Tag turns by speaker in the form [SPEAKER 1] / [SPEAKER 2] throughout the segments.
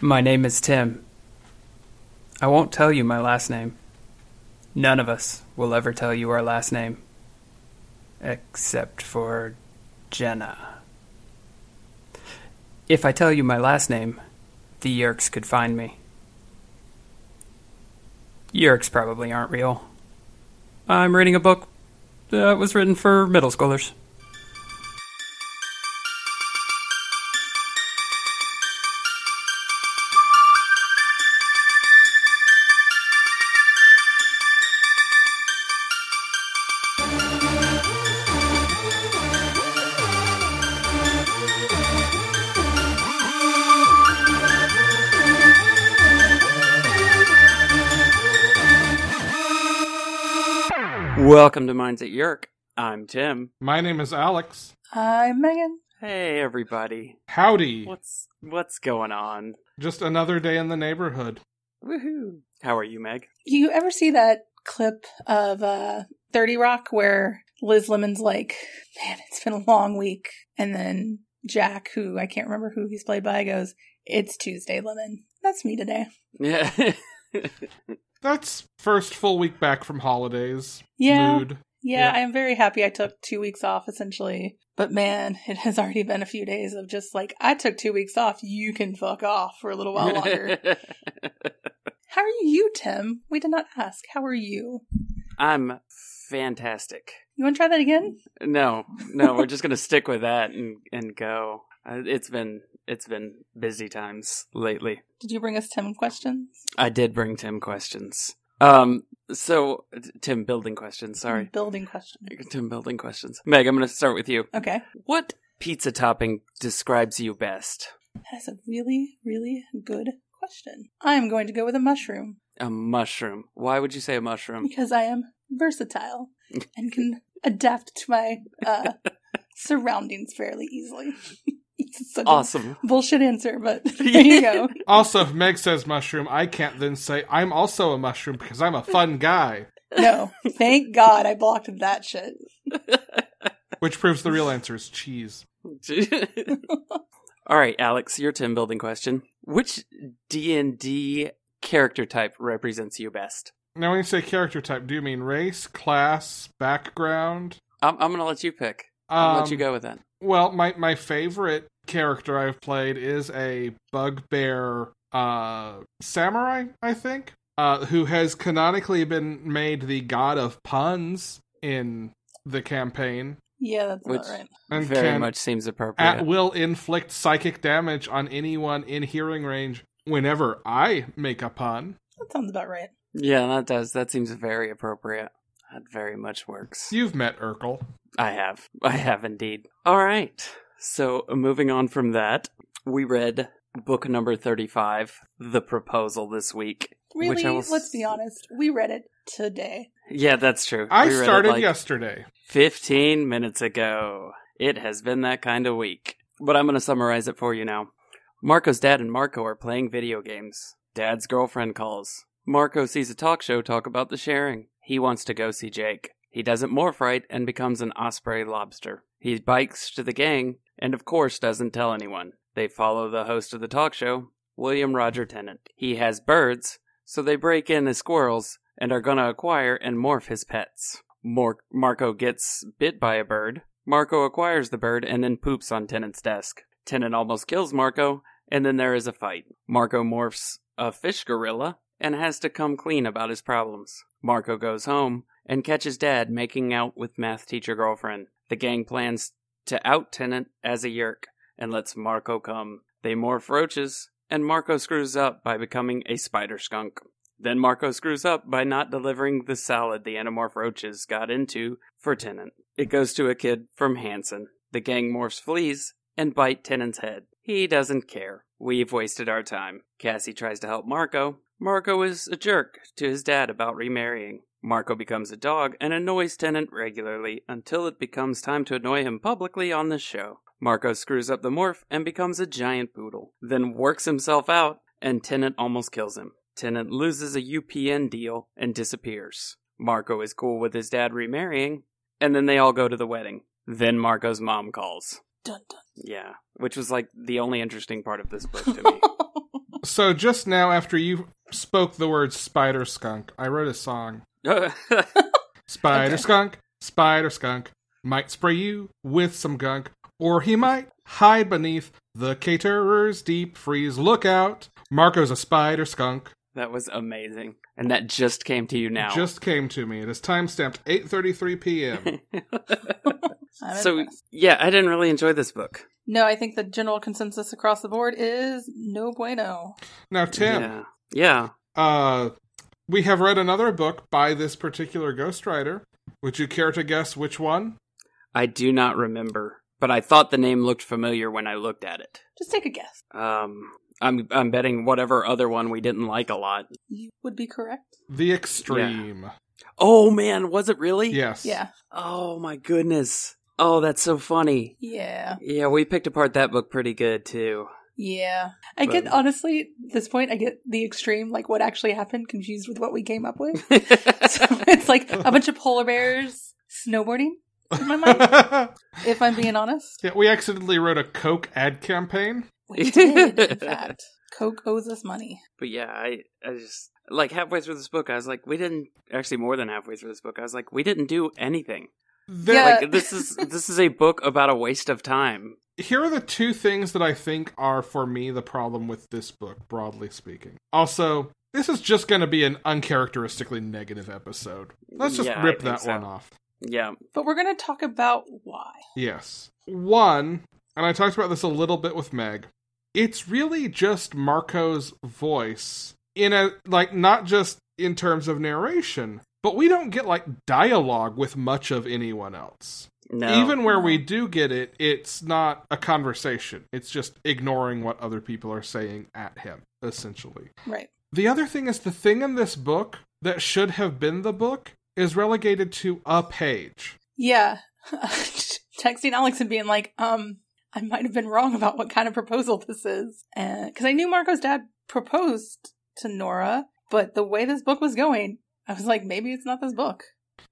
[SPEAKER 1] My name is Tim. I won't tell you my last name. None of us will ever tell you our last name. Except for Jenna. If I tell you my last name, the Yerks could find me. Yerks probably aren't real. I'm reading a book that was written for middle schoolers. Welcome to Minds at Yerk. I'm Tim.
[SPEAKER 2] My name is Alex.
[SPEAKER 3] I'm Uh, Megan.
[SPEAKER 1] Hey everybody.
[SPEAKER 2] Howdy.
[SPEAKER 1] What's what's going on?
[SPEAKER 2] Just another day in the neighborhood.
[SPEAKER 1] Woohoo. How are you, Meg?
[SPEAKER 3] You ever see that clip of uh, 30 Rock where Liz Lemon's like, man, it's been a long week. And then Jack, who I can't remember who he's played by, goes, it's Tuesday, Lemon. That's me today.
[SPEAKER 1] Yeah.
[SPEAKER 2] That's first full week back from holidays.
[SPEAKER 3] Yeah.
[SPEAKER 2] Mood.
[SPEAKER 3] Yeah,
[SPEAKER 2] Yeah.
[SPEAKER 3] I'm very happy I took two weeks off essentially. But man, it has already been a few days of just like, I took two weeks off. You can fuck off for a little while longer. How are you, Tim? We did not ask. How are you?
[SPEAKER 1] I'm fantastic.
[SPEAKER 3] You want to try that again?
[SPEAKER 1] No, no, we're just gonna stick with that and and go. Uh, It's been it's been busy times lately.
[SPEAKER 3] Did you bring us Tim questions?
[SPEAKER 1] I did bring Tim questions. Um, so t- Tim building questions. Sorry,
[SPEAKER 3] Building questions.
[SPEAKER 1] Tim building questions. Meg, I'm gonna start with you.
[SPEAKER 3] Okay.
[SPEAKER 1] What pizza topping describes you best?
[SPEAKER 3] That is a really, really good question. I'm going to go with a mushroom
[SPEAKER 1] A mushroom. Why would you say a mushroom?
[SPEAKER 3] because I am versatile and can adapt to my uh, surroundings fairly easily. it's such
[SPEAKER 1] Awesome.
[SPEAKER 3] a bullshit answer, but there you go.
[SPEAKER 2] Also, if Meg says mushroom, I can't then say I'm also a mushroom because I'm a fun guy,
[SPEAKER 3] No, thank God I blocked that shit.
[SPEAKER 2] which proves the real answer is cheese.
[SPEAKER 1] All right, Alex, your Tim building question. Which D and D character type represents you best?
[SPEAKER 2] Now, when you say character type, do you mean race, class, background? Um,
[SPEAKER 1] I'm, I'm gonna let you pick. I'll let you go with that.
[SPEAKER 2] Well, my my favorite character I've played is a bugbear uh samurai, I think, uh who has canonically been made the god of puns in the campaign
[SPEAKER 3] Yeah, that's
[SPEAKER 1] Which-
[SPEAKER 3] not right.
[SPEAKER 2] and
[SPEAKER 1] Very
[SPEAKER 2] can
[SPEAKER 1] much seems appropriate.
[SPEAKER 2] at will inflict psychic damage on anyone in hearing range whenever I make a pun.
[SPEAKER 3] That sounds about right.
[SPEAKER 1] yeah, that does. That seems very appropriate. That very much works.
[SPEAKER 2] You've met Urkel.
[SPEAKER 1] I have. I have indeed. All right. So moving on from that, we read book number 35, The Proposal, this week. Which I
[SPEAKER 3] Really,
[SPEAKER 1] will s-
[SPEAKER 3] let's be honest. We read it today.
[SPEAKER 1] Yeah, that's true.
[SPEAKER 2] I
[SPEAKER 1] We read it,
[SPEAKER 2] started
[SPEAKER 1] like,
[SPEAKER 2] yesterday.
[SPEAKER 1] 15 minutes ago. It has been that kind of week. But I'm going to summarize it for you now. Marco's dad and Marco are playing video games. Dad's girlfriend calls. Marco sees a talk show talk about the sharing. He wants to go see Jake. He doesn't morph right and becomes an osprey lobster. He bikes to the gang and, of course, doesn't tell anyone. They follow the host of the talk show, William Roger Tennant. He has birds, so they break in as squirrels and are going to acquire and morph his pets. Mor- Marco gets bit by a bird. Marco acquires the bird and then poops on Tennant's desk. Tennant almost kills Marco, and then there is a fight. Marco morphs a fish gorilla and has to come clean about his problems. Marco goes home and catches Dad making out with math teacher girlfriend. The gang plans to out Tennant as a yerk and lets Marco come. They morph roaches, and Marco screws up by becoming a spider skunk. Then Marco screws up by not delivering the salad the Animorph roaches got into for Tennant. It goes to a kid from Hanson. The gang morphs fleas and bite Tennant's head. He doesn't care. We've wasted our time. Cassie tries to help Marco. Marco is a jerk to his dad about remarrying. Marco becomes a dog and annoys Tennant regularly until it becomes time to annoy him publicly on the show. Marco screws up the morph and becomes a giant poodle, then works himself out, and Tennant almost kills him. Tennant loses a UPN deal and disappears. Marco is cool with his dad remarrying, and then they all go to the wedding. Then Marco's mom calls.
[SPEAKER 3] Dun, dun.
[SPEAKER 1] Yeah, which was like the only interesting part of this book to me.
[SPEAKER 2] So just now, after you spoke the word spider skunk, I wrote a song. Spider
[SPEAKER 3] Okay.
[SPEAKER 2] skunk, spider skunk, might spray you with some gunk, or he might hide beneath the caterer's deep freeze. Look out! Marco's a spider skunk.
[SPEAKER 1] that was amazing. And that just came to you now.
[SPEAKER 2] Just came to me. It is time stamped 8:33 p.m.
[SPEAKER 3] I'm
[SPEAKER 1] so,
[SPEAKER 3] impressed.
[SPEAKER 1] yeah, I didn't really enjoy this book.
[SPEAKER 3] no, I think the general consensus across the board is no bueno.
[SPEAKER 2] now, Tim,
[SPEAKER 1] Yeah. Yeah.
[SPEAKER 2] uh, we have read another book by this particular ghostwriter. Would you care to guess which one?
[SPEAKER 1] I do not remember, but I thought the name looked familiar when I looked at it.
[SPEAKER 3] Just take a guess.
[SPEAKER 1] Um, I'm I'm betting whatever other one we didn't like a lot.
[SPEAKER 3] You would be correct.
[SPEAKER 2] The Extreme.
[SPEAKER 1] Oh man, was it really?
[SPEAKER 2] Yes.
[SPEAKER 3] Yeah.
[SPEAKER 1] Oh my goodness. Oh, that's so funny.
[SPEAKER 3] Yeah.
[SPEAKER 1] Yeah, we picked apart that book pretty good too.
[SPEAKER 3] Yeah. I
[SPEAKER 1] But-
[SPEAKER 3] get honestly at this point I get the extreme like what actually happened confused with what we came up with. so it's like a bunch of polar bears snowboarding in my mind if I'm being honest.
[SPEAKER 2] yeah, we accidentally wrote a Coke ad campaign.
[SPEAKER 3] We did in fact. Coke owes us money.
[SPEAKER 1] But yeah, I I just like halfway through this book, I was like, we didn't actually more than halfway through this book, I was like, we didn't do anything.
[SPEAKER 2] There,
[SPEAKER 3] Yeah.
[SPEAKER 1] Like this is this is a book about a waste of time.
[SPEAKER 2] here are the two things that I think are for me the problem with this book, broadly speaking. Also, this is just going to be an uncharacteristically negative episode. Let's just
[SPEAKER 1] Yeah, I
[SPEAKER 2] rip
[SPEAKER 1] think
[SPEAKER 2] that
[SPEAKER 1] so.
[SPEAKER 2] one off.
[SPEAKER 1] Yeah.
[SPEAKER 3] But we're going to talk about why.
[SPEAKER 2] Yes. One, and I talked about this a little bit with Meg. It's really just Marco's voice in a like not just in terms of narration, but we don't get like dialogue with much of anyone else.
[SPEAKER 1] No.
[SPEAKER 2] Even where we do get it, it's not a conversation. It's just ignoring what other people are saying at him, essentially.
[SPEAKER 3] Right.
[SPEAKER 2] The other thing is the thing in this book that should have been the book is relegated to a page.
[SPEAKER 3] Yeah. Texting Alex and being like, um, I might have been wrong about what kind of proposal this is. Because I knew Marco's dad proposed to Nora, but the way this book was going, I was like, maybe it's not this book.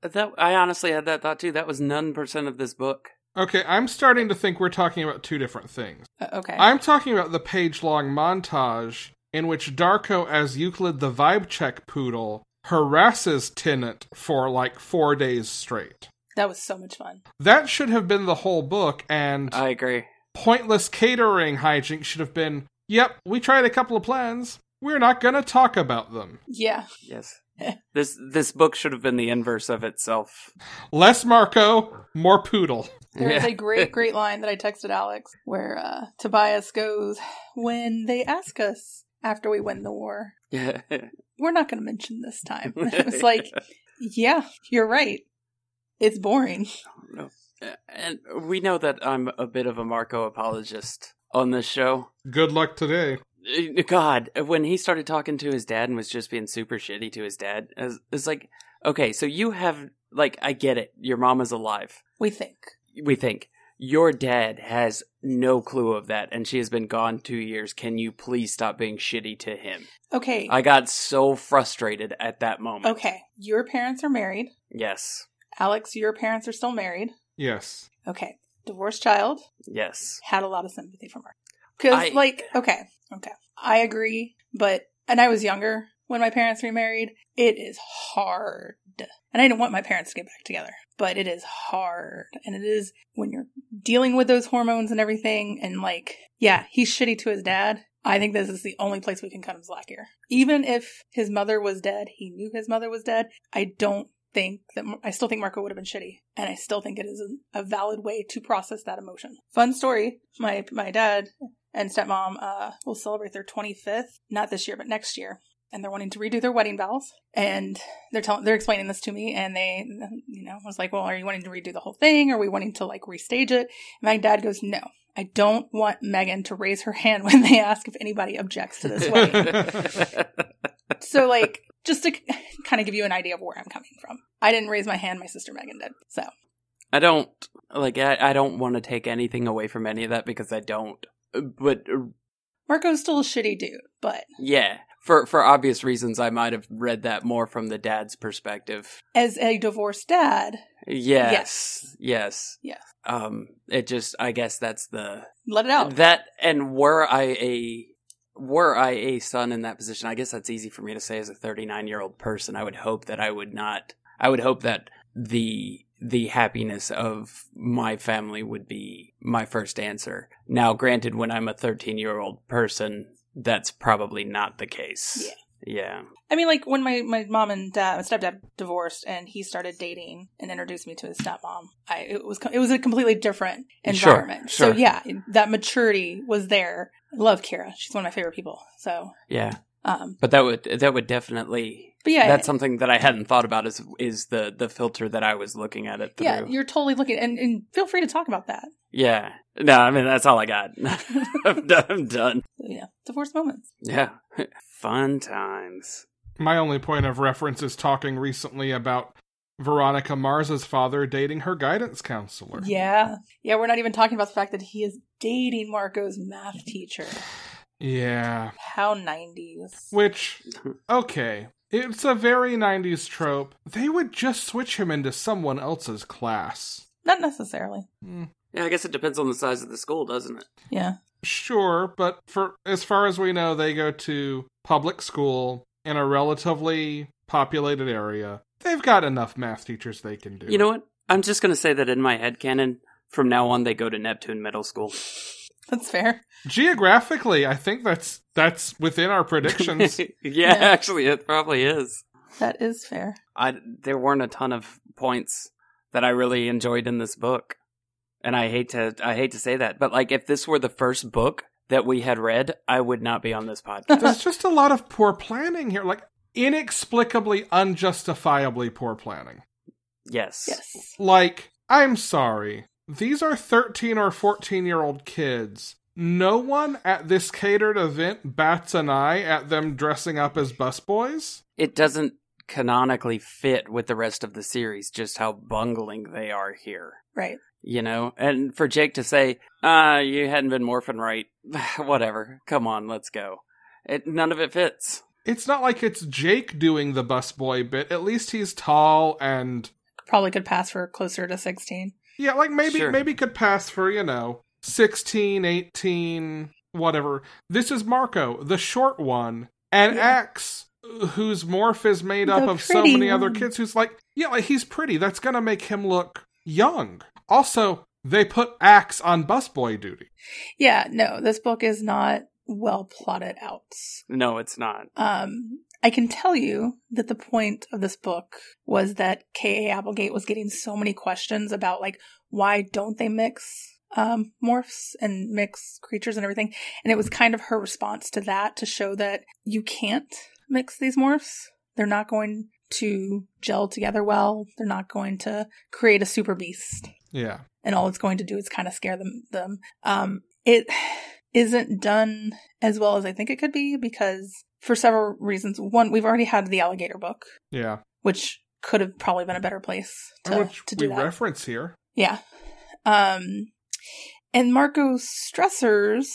[SPEAKER 1] that I honestly had that thought too. That was none percent of this book.
[SPEAKER 2] Okay, I'm starting to think we're talking about two different things.
[SPEAKER 3] Uh, okay.
[SPEAKER 2] I'm talking about the page long montage in which Darko, as Euclid the vibe check poodle, harasses Tennant for like four days straight.
[SPEAKER 3] that was so much fun.
[SPEAKER 2] That should have been the whole book, and
[SPEAKER 1] I agree.
[SPEAKER 2] pointless catering hijinks should have been yep, we tried a couple of plans. We're not going to talk about them.
[SPEAKER 3] Yeah.
[SPEAKER 1] Yes. this this book should have been the inverse of itself.
[SPEAKER 2] Less Marco, more poodle.
[SPEAKER 3] There is
[SPEAKER 1] Yeah.
[SPEAKER 3] a great, great line that I texted Alex where uh, Tobias goes, When they ask us after we win the war,
[SPEAKER 1] Yeah.
[SPEAKER 3] we're not going to mention this time. it was like, yeah, you're right. It's boring.
[SPEAKER 1] and we know that I'm a bit of a Marco apologist on this show.
[SPEAKER 2] Good luck today.
[SPEAKER 1] Uh, God, when he started talking to his dad and was just being super shitty to his dad, it's it's like, okay, so you have like I get it. Your mom is alive.
[SPEAKER 3] We think.
[SPEAKER 1] We think your dad has no clue of that, and she has been gone two years. Can you please stop being shitty to him?
[SPEAKER 3] Okay.
[SPEAKER 1] I got so frustrated at that moment.
[SPEAKER 3] okay. Your parents are married.
[SPEAKER 1] Yes.
[SPEAKER 3] Alex, your parents are still married.
[SPEAKER 2] Yes.
[SPEAKER 3] Okay. Divorced child.
[SPEAKER 1] Yes.
[SPEAKER 3] Had a lot of sympathy from her. Because,
[SPEAKER 1] I-
[SPEAKER 3] like, okay. Okay. I agree. But, and I was younger when my parents remarried. It is hard. And I didn't want my parents to get back together, but it is hard. And it is when you're dealing with those hormones and everything. And like, yeah, he's shitty to his dad. I think this is the only place we can cut him slack here. Even if his mother was dead, he knew his mother was dead. I don't think that I still think Marco would have been shitty, and I still think it is a valid way to process that emotion. Fun story: my my dad and stepmom uh, will celebrate their 25th, not this year, but next year, and they're wanting to redo their wedding vows. And they're telling they're explaining this to me and they you know I was like well are you wanting to redo the whole thing are we wanting to like restage it and my dad goes no i don't want megan to raise her hand when they ask if anybody objects to this wedding so like just to kind of give you an idea of where i'm coming from i didn't raise my hand my sister megan did so
[SPEAKER 1] I don't like. I, I don't want to take anything away from any of that because I don't. But uh,
[SPEAKER 3] marco's still a shitty dude but
[SPEAKER 1] yeah, for for obvious reasons, I might have read that more from the dad's perspective.
[SPEAKER 3] as a divorced dad
[SPEAKER 1] Yes, yes, yes.
[SPEAKER 3] Yes.
[SPEAKER 1] Um, it just. I guess that's the
[SPEAKER 3] let it out
[SPEAKER 1] that. And were I a were I a son in that position, I guess that's easy for me to say as a 39 year old person. I would hope that I would not. I would hope that the the happiness of my family would be my first answer. Now, granted, when I'm a 13 year old person, that's probably not the case. Yeah.
[SPEAKER 3] I mean, like when my, my mom and dad, my stepdad divorced, and he started dating and introduced me to his stepmom. I it was co- it was a completely different
[SPEAKER 1] Sure,
[SPEAKER 3] environment.
[SPEAKER 1] sure.
[SPEAKER 3] So yeah, that maturity was there. I love Kira; she's one of my favorite people. So,
[SPEAKER 1] Yeah. Yeah.
[SPEAKER 3] um,
[SPEAKER 1] But that would that would definitely
[SPEAKER 3] but yeah,
[SPEAKER 1] that's something that I hadn't thought about is is the the filter that I was looking at it through.
[SPEAKER 3] yeah, you're totally looking, and, and feel free to talk about that.
[SPEAKER 1] Yeah. No, I mean that's all I got. I'm done. I'm done.
[SPEAKER 3] You know, divorce moments.
[SPEAKER 1] Yeah. Fun times.
[SPEAKER 2] My only point of reference is talking recently about Veronica Mars's father dating her guidance counselor.
[SPEAKER 3] Yeah, yeah, we're not even talking about the fact that he is dating Marco's math teacher.
[SPEAKER 2] Yeah.
[SPEAKER 3] How nineties?
[SPEAKER 2] Which, okay, it's a very 90s trope. They would just switch him into someone else's class.
[SPEAKER 3] Not necessarily.
[SPEAKER 2] Hmm,
[SPEAKER 1] Yeah, I guess it depends on the size of the school, doesn't it?
[SPEAKER 3] Yeah,
[SPEAKER 2] Sure, but for as far as we know, they go to public school in a relatively populated area. They've got enough math teachers they can do.
[SPEAKER 1] You know what? I'm just gonna say that in my head canon, from now on they go to Neptune Middle School.
[SPEAKER 3] that's fair.
[SPEAKER 2] geographically, I think that's that's within our
[SPEAKER 1] yeah,
[SPEAKER 2] predictions.
[SPEAKER 1] actually it probably is.
[SPEAKER 3] That is fair.
[SPEAKER 1] I there weren't a ton of points that I really enjoyed in this book. And I hate to I hate to say that, but like if this were the first book that we had read, I would not be on this podcast.
[SPEAKER 2] There's just a lot of poor planning here, like inexplicably, unjustifiably poor planning.
[SPEAKER 1] yes.
[SPEAKER 3] Yes.
[SPEAKER 2] Like, I'm sorry, these are 13 or 14 year old kids. No one at this catered event bats an eye at them dressing up as busboys.
[SPEAKER 1] It doesn't canonically fit with the rest of the series just how bungling they are here.
[SPEAKER 3] Right.
[SPEAKER 1] you know and for jake to say ah you hadn't been morphing right whatever come on let's go it, none of it fits
[SPEAKER 2] It's not like it's Jake doing the busboy bit. At least he's tall and
[SPEAKER 3] Probably could pass for closer to 16.
[SPEAKER 2] Yeah, like maybe
[SPEAKER 1] Sure.
[SPEAKER 2] maybe could pass for, you know, 16, 18, whatever. This is Marco, the short one, and
[SPEAKER 3] Yeah.
[SPEAKER 2] X whose morph is made up
[SPEAKER 3] The
[SPEAKER 2] of so
[SPEAKER 3] pretty
[SPEAKER 2] many other
[SPEAKER 3] one.
[SPEAKER 2] kids who's like, yeah, like he's pretty. That's going to make him look young. Also, they put Axe on busboy duty.
[SPEAKER 3] Yeah, no, this book is not well plotted out.
[SPEAKER 1] no it's not
[SPEAKER 3] Um, I can tell you that the point of this book was that K.A. Applegate was getting so many questions about, like, why don't they mix um, morphs and mix creatures and everything. And it was kind of her response to that to show that you can't mix these morphs. They're not going to gel together well, they're not going to create a super beast.
[SPEAKER 2] Yeah.
[SPEAKER 3] and all it's going to do is kind of scare them them um it isn't done as well as i think it could be because for several reasons one we've already had the alligator book
[SPEAKER 2] Yeah. which
[SPEAKER 3] which could have probably been a better place to,
[SPEAKER 2] we
[SPEAKER 3] to do that
[SPEAKER 2] reference here.
[SPEAKER 3] yeah um and marco's stressors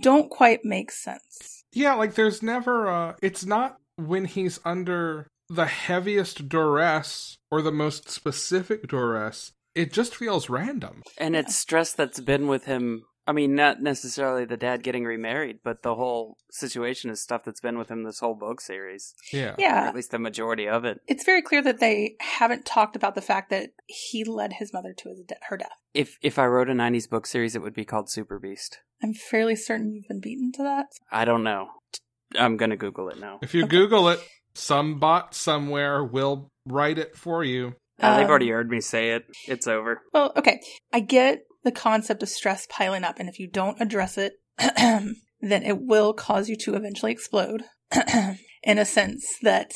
[SPEAKER 3] don't quite make sense
[SPEAKER 2] Yeah, like there's never uh it's not when he's under the heaviest duress or the most specific duress. It just feels random.
[SPEAKER 1] and it's stress that's been with him i mean not necessarily the dad getting remarried but the whole situation is stuff that's been with him this whole book series
[SPEAKER 2] Yeah.
[SPEAKER 1] or
[SPEAKER 3] yeah
[SPEAKER 1] at least the majority of it
[SPEAKER 3] it's very clear that they haven't talked about the fact that he led his mother to his de- her death
[SPEAKER 1] if if i wrote a 90s book series it would be called super beast
[SPEAKER 3] i'm fairly certain you've been beaten to that
[SPEAKER 1] i don't know i'm gonna google it now
[SPEAKER 2] If you
[SPEAKER 3] Okay.
[SPEAKER 2] Google it, some bot somewhere will write it for you.
[SPEAKER 1] Uh, they've
[SPEAKER 3] Um,
[SPEAKER 1] already heard me say it it's over
[SPEAKER 3] Well, okay. I get the concept of stress piling up, and if you don't address it, then it will cause you to eventually explode in a sense that,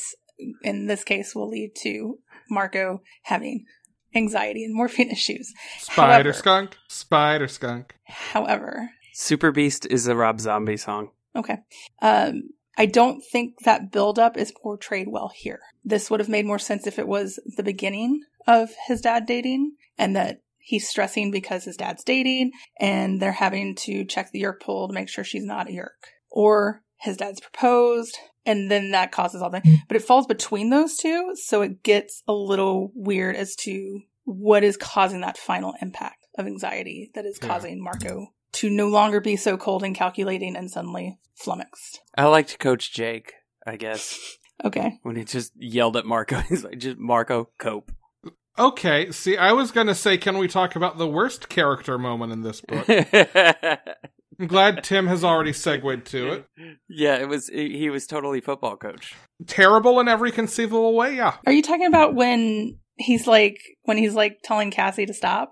[SPEAKER 3] in this case, will lead to Marco having anxiety and morphine issues.
[SPEAKER 2] Spider
[SPEAKER 3] However-
[SPEAKER 2] skunk, spider skunk.
[SPEAKER 3] However,
[SPEAKER 1] super beast is a rob zombie song
[SPEAKER 3] okay. Um, I don't think that buildup is portrayed well here. This would have made more sense if it was the beginning of his dad dating and that he's stressing because his dad's dating and they're having to check the yerk pool to make sure she's not a yerk or his dad's proposed and then that causes all that. But it falls between those two, so it gets a little weird as to what is causing that final impact of anxiety that is
[SPEAKER 2] Yeah.
[SPEAKER 3] causing Marco to no longer be so cold and calculating and suddenly flummoxed.
[SPEAKER 1] I liked Coach Jake, I guess,
[SPEAKER 3] Okay.
[SPEAKER 1] when he just yelled at Marco. He's like, just Marco, cope.
[SPEAKER 2] Okay, see, I was gonna say, can we talk about the worst character moment in this book? I'm glad Tim has already segued to it.
[SPEAKER 1] Yeah, it was. He he was totally football coach.
[SPEAKER 2] Terrible in every conceivable way, yeah.
[SPEAKER 3] Are you talking about when he's like when he's like telling Cassie to stop?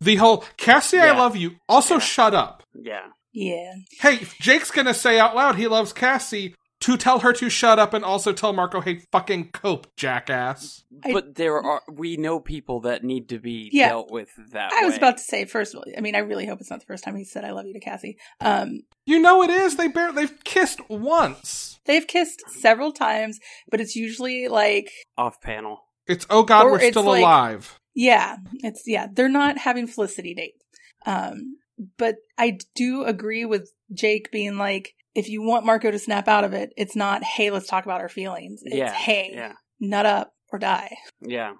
[SPEAKER 2] The whole Cassie, I
[SPEAKER 1] Yeah.
[SPEAKER 2] love you. Also,
[SPEAKER 1] Yeah.
[SPEAKER 2] shut up.
[SPEAKER 1] Yeah,
[SPEAKER 3] Yeah.
[SPEAKER 2] Hey, if Jake's gonna say out loud he loves Cassie to tell her to shut up and also tell Marco, hey, fucking cope, jackass.
[SPEAKER 3] I-
[SPEAKER 1] but there are we know people that need to be
[SPEAKER 3] Yeah.
[SPEAKER 1] dealt with that.
[SPEAKER 3] I was
[SPEAKER 1] way.
[SPEAKER 3] about to say first of all, I mean I really hope it's not the first time he said I love you to Cassie. Um
[SPEAKER 2] You know it is. They bear. They've kissed once.
[SPEAKER 3] they've kissed several times, but it's usually like
[SPEAKER 1] off panel.
[SPEAKER 2] It's oh god,
[SPEAKER 3] Or
[SPEAKER 2] we're
[SPEAKER 3] it's
[SPEAKER 2] still
[SPEAKER 3] like-
[SPEAKER 2] alive.
[SPEAKER 3] Yeah, it's yeah, they're not having Felicity dates. Um, but I do agree with Jake being like, if you want Marco to snap out of it, it's not, hey, let's talk about our feelings. It's
[SPEAKER 1] Yeah,
[SPEAKER 3] hey,
[SPEAKER 1] Yeah,
[SPEAKER 3] nut up or die.
[SPEAKER 1] yeah.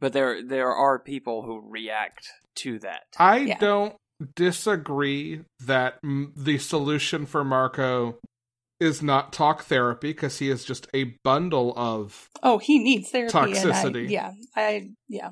[SPEAKER 1] But there there are people who react to that.
[SPEAKER 2] I
[SPEAKER 3] Yeah.
[SPEAKER 2] don't disagree that mm, the solution for Marco is not talk therapy because he is just a bundle of
[SPEAKER 3] Oh, he needs therapy. and I-
[SPEAKER 2] Toxicity.
[SPEAKER 3] yeah, I yeah.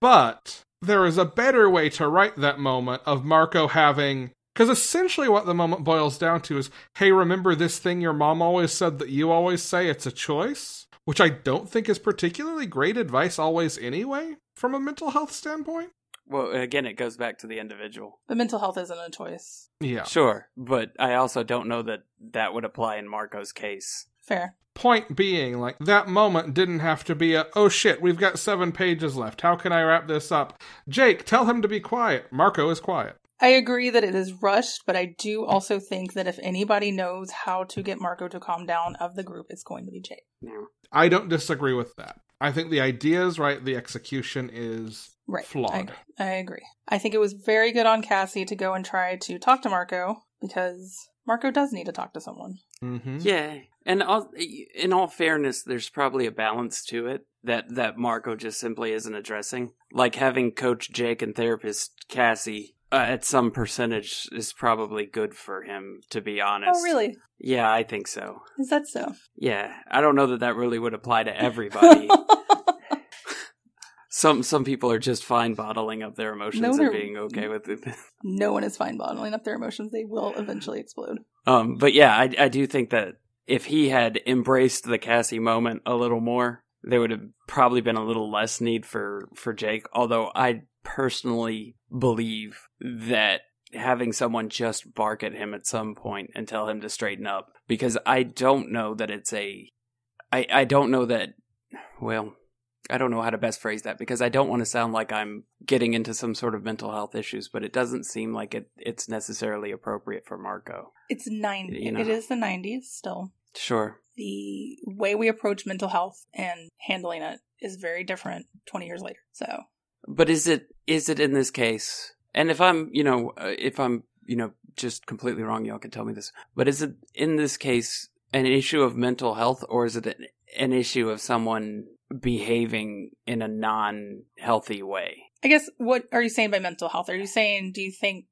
[SPEAKER 2] But there is a better way to write that moment of Marco having. Because essentially, what the moment boils down to is hey, remember this thing your mom always said that you always say it's a choice? Which I don't think is particularly great advice, always, anyway, from a mental health standpoint.
[SPEAKER 1] Well, again, it goes back to the individual.
[SPEAKER 3] But mental health isn't a choice.
[SPEAKER 2] Yeah.
[SPEAKER 1] Sure, but I also don't know that that would apply in Marco's case.
[SPEAKER 3] Fair.
[SPEAKER 2] Point being, like, that moment didn't have to be a, oh shit, we've got seven pages left. How can I wrap this up? Jake, tell him to be quiet. Marco is quiet.
[SPEAKER 3] I agree that it is rushed, but I do also think that if anybody knows how to get Marco to calm down of the group, it's going to be Jake.
[SPEAKER 1] Yeah.
[SPEAKER 2] I don't disagree with that. I think the idea is right, the execution is
[SPEAKER 3] Right.
[SPEAKER 2] Flawed.
[SPEAKER 3] I agree. I agree. I think it was very good on Cassie to go and try to talk to Marco because Marco does need to talk to someone.
[SPEAKER 2] Mm-hmm.
[SPEAKER 1] Yeah, and all, in all fairness, there's probably a balance to it that that Marco just simply isn't addressing. Like having Coach Jake and therapist Cassie uh, at some percentage is probably good for him, to be honest.
[SPEAKER 3] Oh, really?
[SPEAKER 1] Yeah, I think so.
[SPEAKER 3] Is that so?
[SPEAKER 1] Yeah, I don't know that that really would apply to everybody. some some people are just fine bottling up their emotions
[SPEAKER 3] No,
[SPEAKER 1] and
[SPEAKER 3] they're-
[SPEAKER 1] being okay with it.
[SPEAKER 3] no one is fine bottling up their emotions. They will eventually explode.
[SPEAKER 1] Um, but yeah, I, I do think that if he had embraced the Cassie moment a little more, there would have probably been a little less need for, for Jake. Although I personally believe that having someone just bark at him at some point and tell him to straighten up, because I don't know that it's a, I, I don't know that, well, I don't know how to best phrase that because I don't want to sound like I'm getting into some sort of mental health issues, but it doesn't seem like it, it's necessarily appropriate for Marco.
[SPEAKER 3] It's 90.
[SPEAKER 1] You know.
[SPEAKER 3] It is the 90s still.
[SPEAKER 1] Sure.
[SPEAKER 3] The way we approach mental health and handling it is very different 20 years later. So,
[SPEAKER 1] But is it is it in this case? And if I'm, you know, uh, if I'm, you know, just completely wrong, y'all can tell me this. But is it in this case an issue of mental health, or is it an- an issue of someone behaving in a non-healthy way?
[SPEAKER 3] I guess what are you saying by mental health? Are you saying, do you think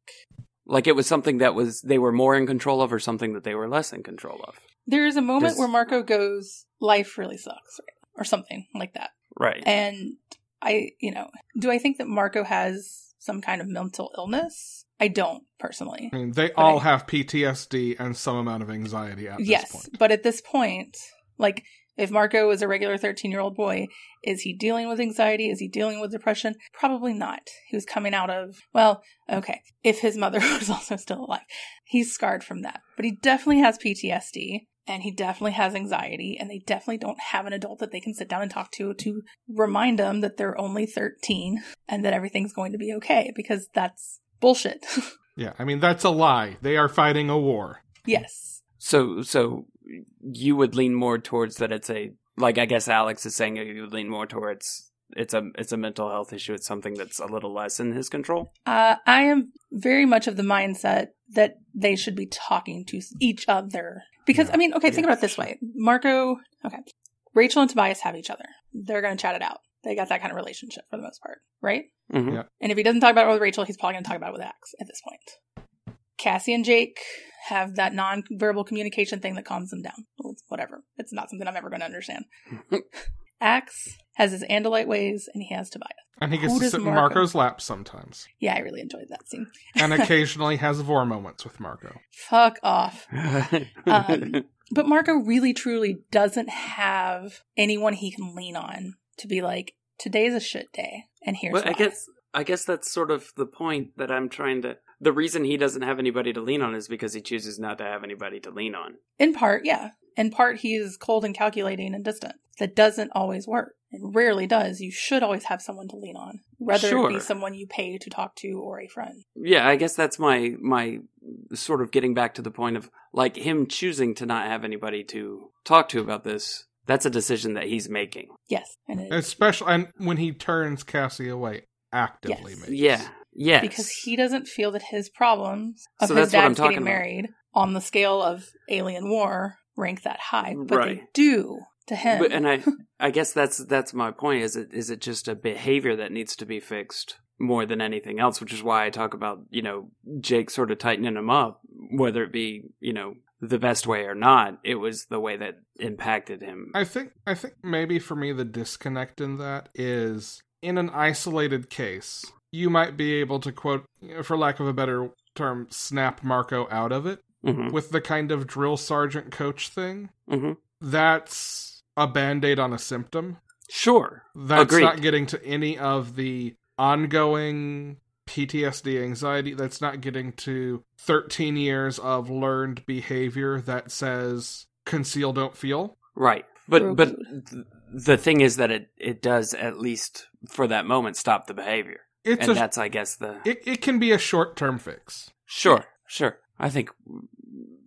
[SPEAKER 1] Like it was something that was they were more in control of, or something that they were less in control of?
[SPEAKER 3] there is a moment
[SPEAKER 1] Does-
[SPEAKER 3] where Marco goes, life really sucks, or something like that?
[SPEAKER 1] Right.
[SPEAKER 3] And I, you know, do I think that Marco has some kind of mental illness? I don't personally.
[SPEAKER 2] I mean, they
[SPEAKER 3] I-
[SPEAKER 2] all have PTSD and some amount of anxiety at
[SPEAKER 3] yes,
[SPEAKER 2] this point.
[SPEAKER 3] but at this point, like if Marco is a regular 13-year-old boy, is he dealing with anxiety? Is he dealing with depression? Probably not. He was coming out of, well, okay, if his mother was also still alive. He's scarred from that. But he definitely has PTSD and he definitely has anxiety and they definitely don't have an adult that they can sit down and talk to to remind them that they're only 13 and that everything's going to be okay because that's bullshit.
[SPEAKER 2] Yeah, I mean, that's a lie. They are fighting a war.
[SPEAKER 3] yes.
[SPEAKER 1] So, so you would lean more towards that it's a like I guess Alex is saying you would lean more towards it's a it's a mental health issue. It's something that's a little less in his control.
[SPEAKER 3] Uh, I am very much of the mindset that they should be talking to each other. Because, I mean, okay, think about it this way Marco, okay, Rachel and Tobias have each other. They're going to chat it out. They got that kind of relationship for the most part, right?
[SPEAKER 1] Mhm.
[SPEAKER 2] Yeah.
[SPEAKER 3] And if he doesn't talk about it with Rachel, he's probably going to talk about it with Axe at this point. Cassie and Jake have that non-verbal communication thing that calms them down. Well, it's whatever. It's not something I'm ever going to understand. Axe has his Andalite ways, and he has Tobias.
[SPEAKER 2] And he
[SPEAKER 3] Who
[SPEAKER 2] gets to
[SPEAKER 3] does
[SPEAKER 2] sit in
[SPEAKER 3] Marco-
[SPEAKER 2] Marco's lap sometimes.
[SPEAKER 3] Yeah, I really enjoyed that scene.
[SPEAKER 2] And occasionally has vor moments with Marco.
[SPEAKER 3] Fuck off.
[SPEAKER 1] Um,
[SPEAKER 3] But Marco really truly doesn't have anyone he can lean on to be like, today's a shit day, and here's
[SPEAKER 1] well,
[SPEAKER 3] why.
[SPEAKER 1] I guess I guess that's sort of the point that I'm trying to. The reason he doesn't have anybody to lean on is because he chooses not to have anybody to lean on.
[SPEAKER 3] In part, yeah. In part, he is cold and calculating and distant. That doesn't always work. It rarely does. You should always have someone to lean on, whether it be
[SPEAKER 1] Sure.
[SPEAKER 3] someone you pay to talk to or a friend.
[SPEAKER 1] Yeah, I guess that's my my sort of getting back to the point of like him choosing to not have anybody to talk to about this. That's a decision that he's making.
[SPEAKER 3] Yes, and it is
[SPEAKER 2] Especially and when he turns Cassie away actively.
[SPEAKER 3] Yes.
[SPEAKER 2] makes.
[SPEAKER 1] Yeah. Yes.
[SPEAKER 3] because he doesn't feel that his problems of
[SPEAKER 1] So
[SPEAKER 3] his
[SPEAKER 1] that's what I'm
[SPEAKER 3] dad's
[SPEAKER 1] talking
[SPEAKER 3] getting
[SPEAKER 1] about.
[SPEAKER 3] married on the scale of alien war rank that high, but they
[SPEAKER 1] Right.
[SPEAKER 3] do to him.
[SPEAKER 1] But, and I, I guess that's that's my point. Is it is it just a behavior that needs to be fixed more than anything else? Which is why I talk about you know Jake sort of tightening him up, whether it be you know the best way or not. It was the way that impacted him.
[SPEAKER 2] I think I think maybe for me the disconnect in that is in an isolated case, you might be able to quote for lack of a better term, snap Marco out of it
[SPEAKER 1] Mhm.
[SPEAKER 2] with the kind of drill sergeant coach thing.
[SPEAKER 1] Mhm.
[SPEAKER 2] That's a band-aid on a symptom.
[SPEAKER 1] Sure.
[SPEAKER 2] That's
[SPEAKER 1] Agreed.
[SPEAKER 2] not getting to any of the ongoing PTSD anxiety. That's not getting to 13 years of learned behavior that says conceal, don't feel.
[SPEAKER 1] Right. But
[SPEAKER 3] Real
[SPEAKER 1] but th- the thing is that it it does at least for that moment stop the behavior,
[SPEAKER 2] It's
[SPEAKER 1] and
[SPEAKER 2] a,
[SPEAKER 1] that's I guess the
[SPEAKER 2] it, it can be a short term fix.
[SPEAKER 1] sure sure. I think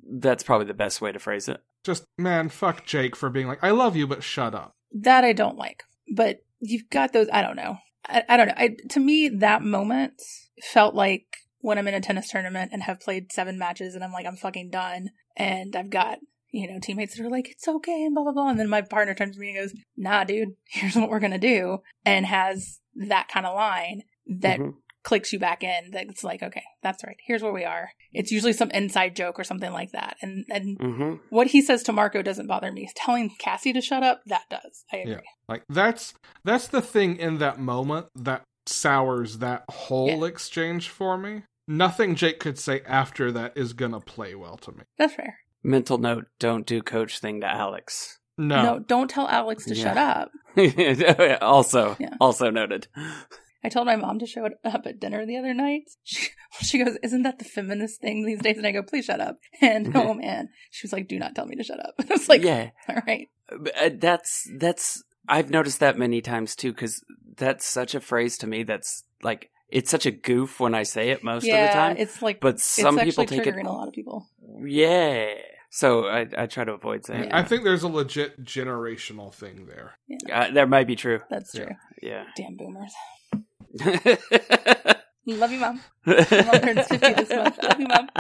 [SPEAKER 1] that's probably the best way to phrase it.
[SPEAKER 2] Just, man, fuck Jake for being like, I love you, but shut up.
[SPEAKER 3] that I don't like. But you've got those. I don't know. I, I don't know. I, to me, that moment felt like when I'm in a tennis tournament and have played seven matches, and I'm like, I'm fucking done, and I've got you know teammates that are like, it's okay, and blah blah blah, and then my partner turns to me and goes, Nah, dude, here's what we're gonna do, and has that kind of line that
[SPEAKER 1] Mhm.
[SPEAKER 3] clicks you back in. That's like, okay, that's right. Here's where we are. It's usually some inside joke or something like that, and and
[SPEAKER 1] Mm-hmm.
[SPEAKER 3] what he says to Marco doesn't bother me. Telling Cassie to shut up, that does. I agree.
[SPEAKER 2] Yeah. Like that's that's the thing in that moment that sours that whole exchange for me. Nothing Jake could say after that is gonna play well to me.
[SPEAKER 3] That's fair.
[SPEAKER 1] mental note don't do coach thing to alex
[SPEAKER 2] No.
[SPEAKER 3] No, don't tell Alex to
[SPEAKER 1] Yeah.
[SPEAKER 3] shut up.
[SPEAKER 1] also
[SPEAKER 3] Yeah.
[SPEAKER 1] also noted
[SPEAKER 3] I told my mom to show up at dinner the other night. She, she goes, Isn't that the feminist thing these days? And I go, Please shut up. And oh man, she was like, Do not tell me to shut up. And I was like,
[SPEAKER 1] Mm-hmm. yeah
[SPEAKER 3] All right.
[SPEAKER 1] But, uh, that's that's i've noticed that many times too because that's such a phrase to me that's like it's such a goof when i say it most
[SPEAKER 3] yeah,
[SPEAKER 1] of the time
[SPEAKER 3] it's like,
[SPEAKER 1] but some
[SPEAKER 3] it's
[SPEAKER 1] people
[SPEAKER 3] actually
[SPEAKER 1] take it
[SPEAKER 3] triggering a lot of people.
[SPEAKER 1] yeah so I, I try to avoid saying
[SPEAKER 2] I think there's a legit generational thing there.
[SPEAKER 1] that. Uh, that might be true
[SPEAKER 3] That's true.
[SPEAKER 1] yeah
[SPEAKER 3] Damn boomers. Love you, mom. mom turns 50 this month. Love you, Mom.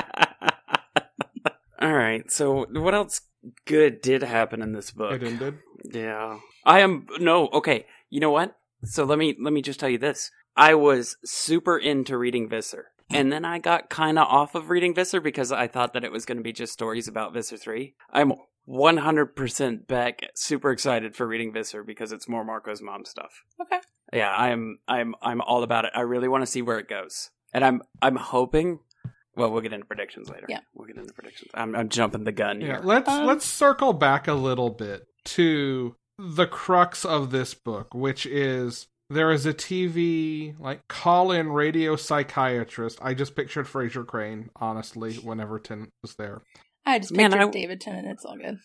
[SPEAKER 1] all right so what else good did happen in this book
[SPEAKER 2] It ended.
[SPEAKER 1] Yeah. I am no, okay. You know what? So let me let me just tell you this. I was super into reading Visser. And then I got kind of off of reading Visser because I thought that it was going to be just stories about Visser 3. I'm 100% back super excited for reading Visser because it's more Marco's mom stuff.
[SPEAKER 3] Okay.
[SPEAKER 1] Yeah, I'm I'm I'm all about it. I really want to see where it goes. And I'm I'm hoping well, we'll get into predictions later.
[SPEAKER 3] Yeah.
[SPEAKER 1] We'll get into predictions. I'm I'm jumping the gun
[SPEAKER 2] Yeah.
[SPEAKER 1] here.
[SPEAKER 2] Let's
[SPEAKER 3] Um,
[SPEAKER 2] let's circle back a little bit to the crux of this book, which is there is a TV like call in radio psychiatrist. I just pictured Fraser Crane, honestly, whenever Tim was there.
[SPEAKER 3] I just
[SPEAKER 1] Man,
[SPEAKER 3] pictured
[SPEAKER 1] I-
[SPEAKER 3] David Tennant. It's all good.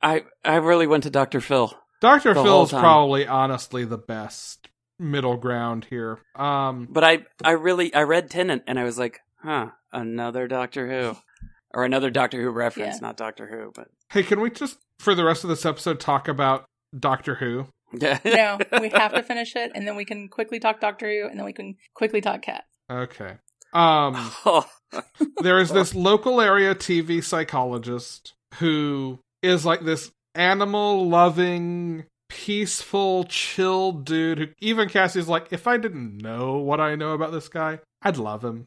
[SPEAKER 1] I I really went to Dr. Phil.
[SPEAKER 2] Dr.
[SPEAKER 1] The
[SPEAKER 2] Phil's
[SPEAKER 1] whole time.
[SPEAKER 2] probably honestly the best middle ground here. Um
[SPEAKER 1] But I, I really, I read Tennant, and I was like, huh, another Doctor Who, or another Doctor Who reference, not Doctor Who, but
[SPEAKER 2] hey, can we just for the rest of this episode talk about Doctor Who?
[SPEAKER 1] yeah,
[SPEAKER 3] No, we have to finish it, and then we can quickly talk Doctor Who, and then we can quickly talk Cat.
[SPEAKER 2] Okay. Um
[SPEAKER 1] Oh,
[SPEAKER 2] there is this local area TV psychologist who is like this animal loving, peaceful, chill dude who even Cassie's like, if I didn't know what I know about this guy, I'd love him.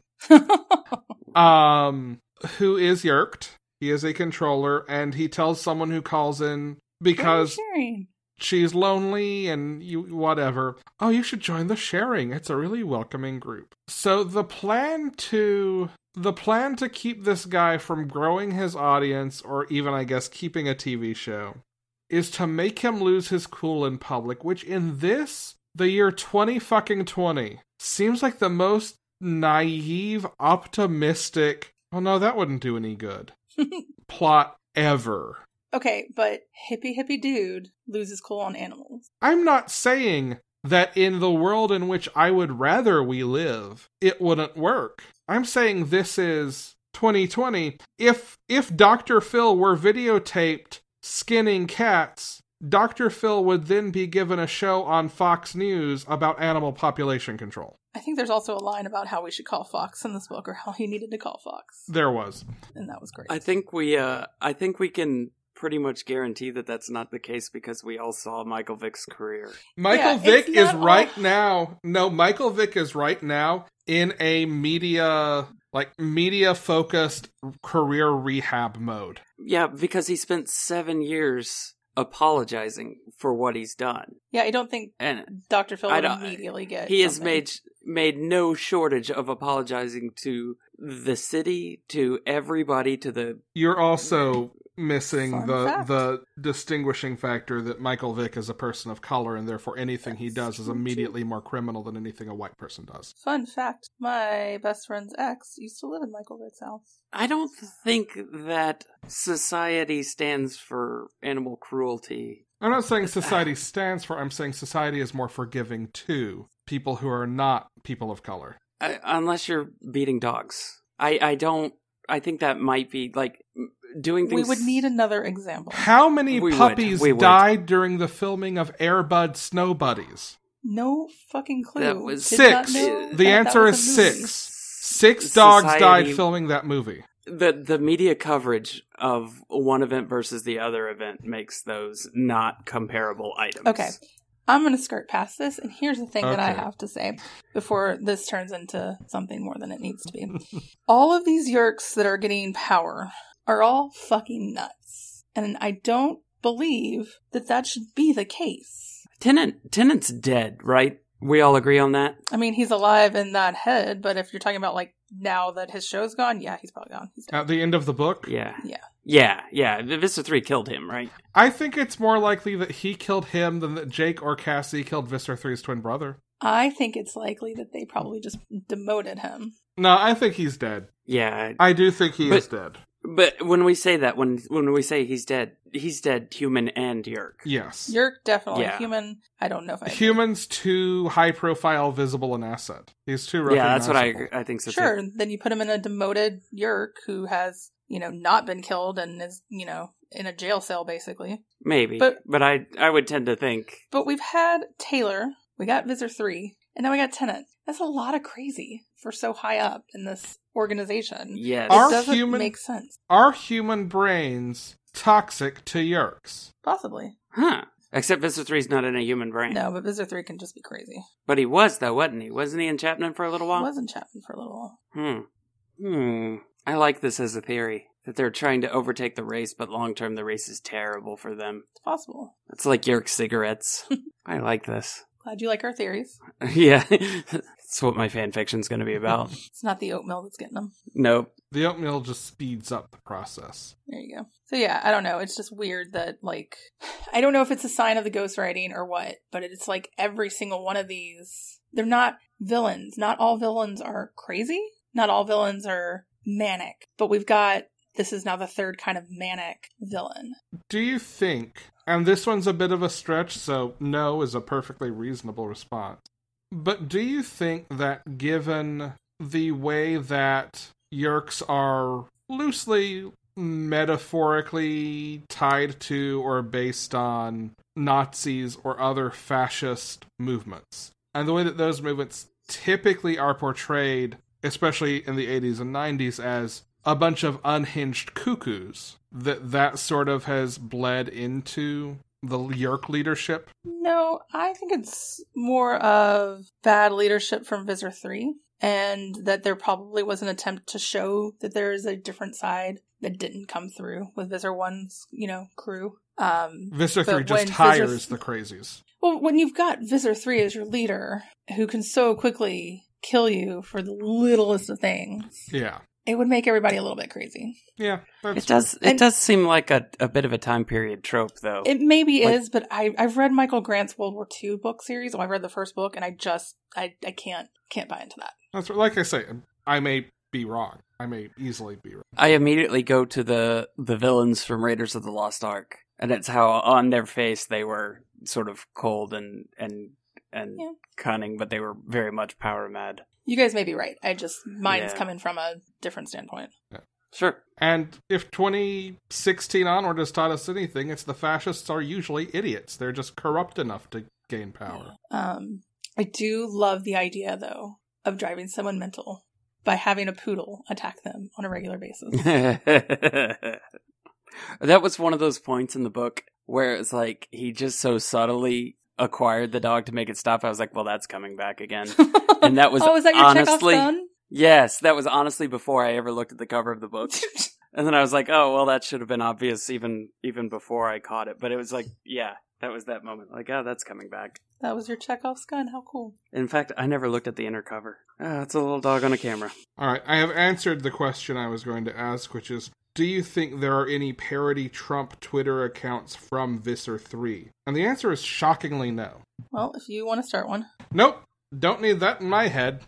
[SPEAKER 2] Um who is yerked. He is a controller, and he tells someone who calls in
[SPEAKER 3] Oh,
[SPEAKER 2] because
[SPEAKER 3] sharing.
[SPEAKER 2] she's lonely and you whatever. Oh, you should join the sharing. It's a really welcoming group. So the plan to the plan to keep this guy from growing his audience or even I guess keeping a TV show is to make him lose his cool in public, which in this the year 20 fucking 20 seems like the most naive optimistic oh no that wouldn't do any good plot ever
[SPEAKER 3] Okay, but hippy hippy dude loses cool on animals.
[SPEAKER 2] I'm not saying that in the world in which I would rather we live, it wouldn't work. I'm saying this is 2020. If if Dr. Phil were videotaped skinning cats, Dr. Phil would then be given a show on Fox News about animal population control.
[SPEAKER 3] I think there's also a line about how we should call Fox in this book, or how he needed to call Fox,
[SPEAKER 2] There was.
[SPEAKER 3] and that was great.
[SPEAKER 1] I think we uh I think we can pretty much guarantee that that's not the case because we all saw Michael Vick's career.
[SPEAKER 2] Michael
[SPEAKER 3] Yeah,
[SPEAKER 2] Vick
[SPEAKER 3] it's
[SPEAKER 2] is
[SPEAKER 3] not all-
[SPEAKER 2] right now. No, Michael Vick is right now in a media like media focused career rehab mode.
[SPEAKER 1] Yeah, because he spent 7 years apologizing for what he's done.
[SPEAKER 3] yeah, I don't think
[SPEAKER 1] And
[SPEAKER 3] Doctor Phil
[SPEAKER 1] I
[SPEAKER 3] would
[SPEAKER 1] don't-
[SPEAKER 3] immediately get.
[SPEAKER 1] he has
[SPEAKER 3] something.
[SPEAKER 1] made made no shortage of apologizing to the city, to everybody, to the
[SPEAKER 2] You're also missing
[SPEAKER 3] Fun
[SPEAKER 2] the
[SPEAKER 3] fact.
[SPEAKER 2] the distinguishing factor that Michael Vick is a person of color and therefore anything he
[SPEAKER 3] That's
[SPEAKER 2] does is
[SPEAKER 3] true, too.
[SPEAKER 2] immediately more criminal than anything a white person does.
[SPEAKER 3] Fun fact: My best friend's ex used to live in Michael Vick's house.
[SPEAKER 1] I don't think that society stands for animal cruelty.
[SPEAKER 2] I'm not saying society stands for I'm saying society is more forgiving to people who are not people of color.
[SPEAKER 1] I, uh, unless you're beating dogs. I, I don't. I think that might be like m- doing
[SPEAKER 3] We
[SPEAKER 1] things.
[SPEAKER 3] would need another example.
[SPEAKER 2] How many
[SPEAKER 1] We would,
[SPEAKER 2] puppies
[SPEAKER 1] we would.
[SPEAKER 2] died during the filming of Airbud Snow Buddies?
[SPEAKER 3] No fucking clue.
[SPEAKER 1] That was-
[SPEAKER 3] Did not
[SPEAKER 2] Six.
[SPEAKER 3] know
[SPEAKER 1] The
[SPEAKER 3] that
[SPEAKER 2] The
[SPEAKER 3] that
[SPEAKER 2] answer
[SPEAKER 3] was
[SPEAKER 2] is
[SPEAKER 3] a movie.
[SPEAKER 2] six. Six dogs
[SPEAKER 1] Society-
[SPEAKER 2] died filming that movie.
[SPEAKER 1] the the media coverage of one event versus the other event makes those not comparable items.
[SPEAKER 3] Okay. I'm going to skirt past this, and here's the thing that I
[SPEAKER 2] Okay.
[SPEAKER 3] have to say before this turns into something more than it needs to be. all of these yerks that are getting power are all fucking nuts. And I don't believe that that should be the case.
[SPEAKER 1] Tenant tenant's dead, right? We all agree on that.
[SPEAKER 3] I mean, he's alive in that head, but if you're talking about like now that his show's gone, yeah, he's probably gone. He's dead.
[SPEAKER 2] At the end of the book,
[SPEAKER 1] Yeah.
[SPEAKER 3] Yeah.
[SPEAKER 1] Yeah. Yeah. The Vista Three killed him, right?
[SPEAKER 2] I think it's more likely that he killed him than that Jake or Cassie killed Visser 3's twin brother.
[SPEAKER 3] I think it's likely that they probably just demoted him.
[SPEAKER 2] No, I think he's dead.
[SPEAKER 1] Yeah.
[SPEAKER 2] I do think he
[SPEAKER 1] But-
[SPEAKER 2] is dead.
[SPEAKER 1] But when we say that, when when we say he's dead, he's dead, human and Yerk.
[SPEAKER 2] Yes.
[SPEAKER 3] Yerk, definitely.
[SPEAKER 1] Yeah.
[SPEAKER 3] Human, I don't know if I. agree.
[SPEAKER 2] Humans too high profile, visible, and asset. He's too
[SPEAKER 1] yeah, that's what I
[SPEAKER 2] recognizable.
[SPEAKER 1] I think so. too.
[SPEAKER 3] Sure. Then you put him in a demoted Yerk who has, you know, not been killed and is, you know, in a jail cell basically.
[SPEAKER 1] maybe, but,
[SPEAKER 3] But-
[SPEAKER 1] I I would tend to think
[SPEAKER 3] But we've had Taylor, we got Visor three, and now we got Tennant. That's a lot of crazy for so high up in this organization.
[SPEAKER 1] yes.
[SPEAKER 3] It
[SPEAKER 2] Our
[SPEAKER 3] doesn't
[SPEAKER 2] human-
[SPEAKER 3] make sense.
[SPEAKER 2] Are human brains toxic to Yerks?
[SPEAKER 3] Possibly.
[SPEAKER 1] huh? Except Mister Three's not in a human brain.
[SPEAKER 3] No, but Visor three can just be crazy.
[SPEAKER 1] but he was though, wasn't he? Wasn't he in Chapman for a little
[SPEAKER 3] He
[SPEAKER 1] while?
[SPEAKER 3] was in Chapman for a little while.
[SPEAKER 1] Hmm. Hmm. I like this as a theory that they're trying to overtake the race, but long term the race is terrible for them.
[SPEAKER 3] It's possible.
[SPEAKER 1] It's like Yerk cigarettes. I like this.
[SPEAKER 3] Glad you like our theories.
[SPEAKER 1] yeah, that's what my fan fiction's going to be about.
[SPEAKER 3] It's not the oatmeal that's getting them.
[SPEAKER 1] nope.
[SPEAKER 2] The oatmeal just speeds up the process.
[SPEAKER 3] There you go. So yeah, I don't know. It's just weird that like I don't know if it's a sign of the ghostwriting or what, but it's like every single one of these they're not villains. Not all villains are crazy. Not all villains are manic. But we've got this is now the third kind of manic villain.
[SPEAKER 2] Do you think, and this one's a bit of a stretch, so no is a perfectly reasonable response, but do you think that given the way that Yerks are loosely metaphorically tied to or based on Nazis or other fascist movements, and the way that those movements typically are portrayed, especially in the 80s and 90s, as a bunch of unhinged cuckoos, that that sort of has bled into the Yerk leadership.
[SPEAKER 3] No, I think it's more of bad leadership from Visor 3 and that there probably was an attempt to show that there is a different side that didn't come through with Visor One's, you know, crew. Um,
[SPEAKER 2] Visor
[SPEAKER 3] But
[SPEAKER 2] 3
[SPEAKER 3] when
[SPEAKER 2] just
[SPEAKER 3] Visor-
[SPEAKER 2] hires the crazies.
[SPEAKER 3] well, when you've got Visor 3 as your leader, who can so quickly kill you for the littlest of things,
[SPEAKER 2] Yeah.
[SPEAKER 3] it would make everybody a little bit crazy.
[SPEAKER 2] Yeah. That's
[SPEAKER 1] It does. It
[SPEAKER 3] And-
[SPEAKER 1] does seem like a, a bit of a time period trope, though.
[SPEAKER 3] It maybe
[SPEAKER 1] Like-
[SPEAKER 3] is, but I, I've read Michael Grant's World War II book series. Well, I read the first book, and I just, I, I can't, can't buy into that.
[SPEAKER 2] That's what- like I say. I may be wrong. I may easily be wrong.
[SPEAKER 1] I immediately go to the the villains from Raiders of the Lost Ark, and it's how on their face they were sort of cold and and and
[SPEAKER 3] Yeah.
[SPEAKER 1] cunning, but they were very much power mad.
[SPEAKER 3] You guys may be right. I just, mine's
[SPEAKER 1] Yeah.
[SPEAKER 3] coming from a different standpoint.
[SPEAKER 1] Sure.
[SPEAKER 2] And if 2016 onward has taught us anything, it's the fascists are usually idiots. They're just corrupt enough to gain power.
[SPEAKER 3] Um, I do love the idea, though, of driving someone mental by having a poodle attack them on a regular basis.
[SPEAKER 1] that was one of those points in the book where it's like he just so subtly acquired the dog to make it stop. I was like, well, that's coming back again. And that was
[SPEAKER 3] oh, is that your
[SPEAKER 1] honestly-
[SPEAKER 3] Chekhov's gun?
[SPEAKER 1] yes, that was honestly before I ever looked at the cover of the book. And then I was like, oh well, that should have been obvious even even before I caught it. But it was like, yeah, that was that moment. Like, oh, that's coming back.
[SPEAKER 3] that was your Chekhov's gun. How cool!
[SPEAKER 1] In fact, I never looked at the inner cover. Oh, it's a little dog on a camera.
[SPEAKER 2] All right, I have answered the question I was going to ask, which is do you think there are any parody Trump Twitter accounts from Visser 3? And the answer is shockingly no.
[SPEAKER 3] Well, if you want to start one,
[SPEAKER 2] Nope, don't need that in my head.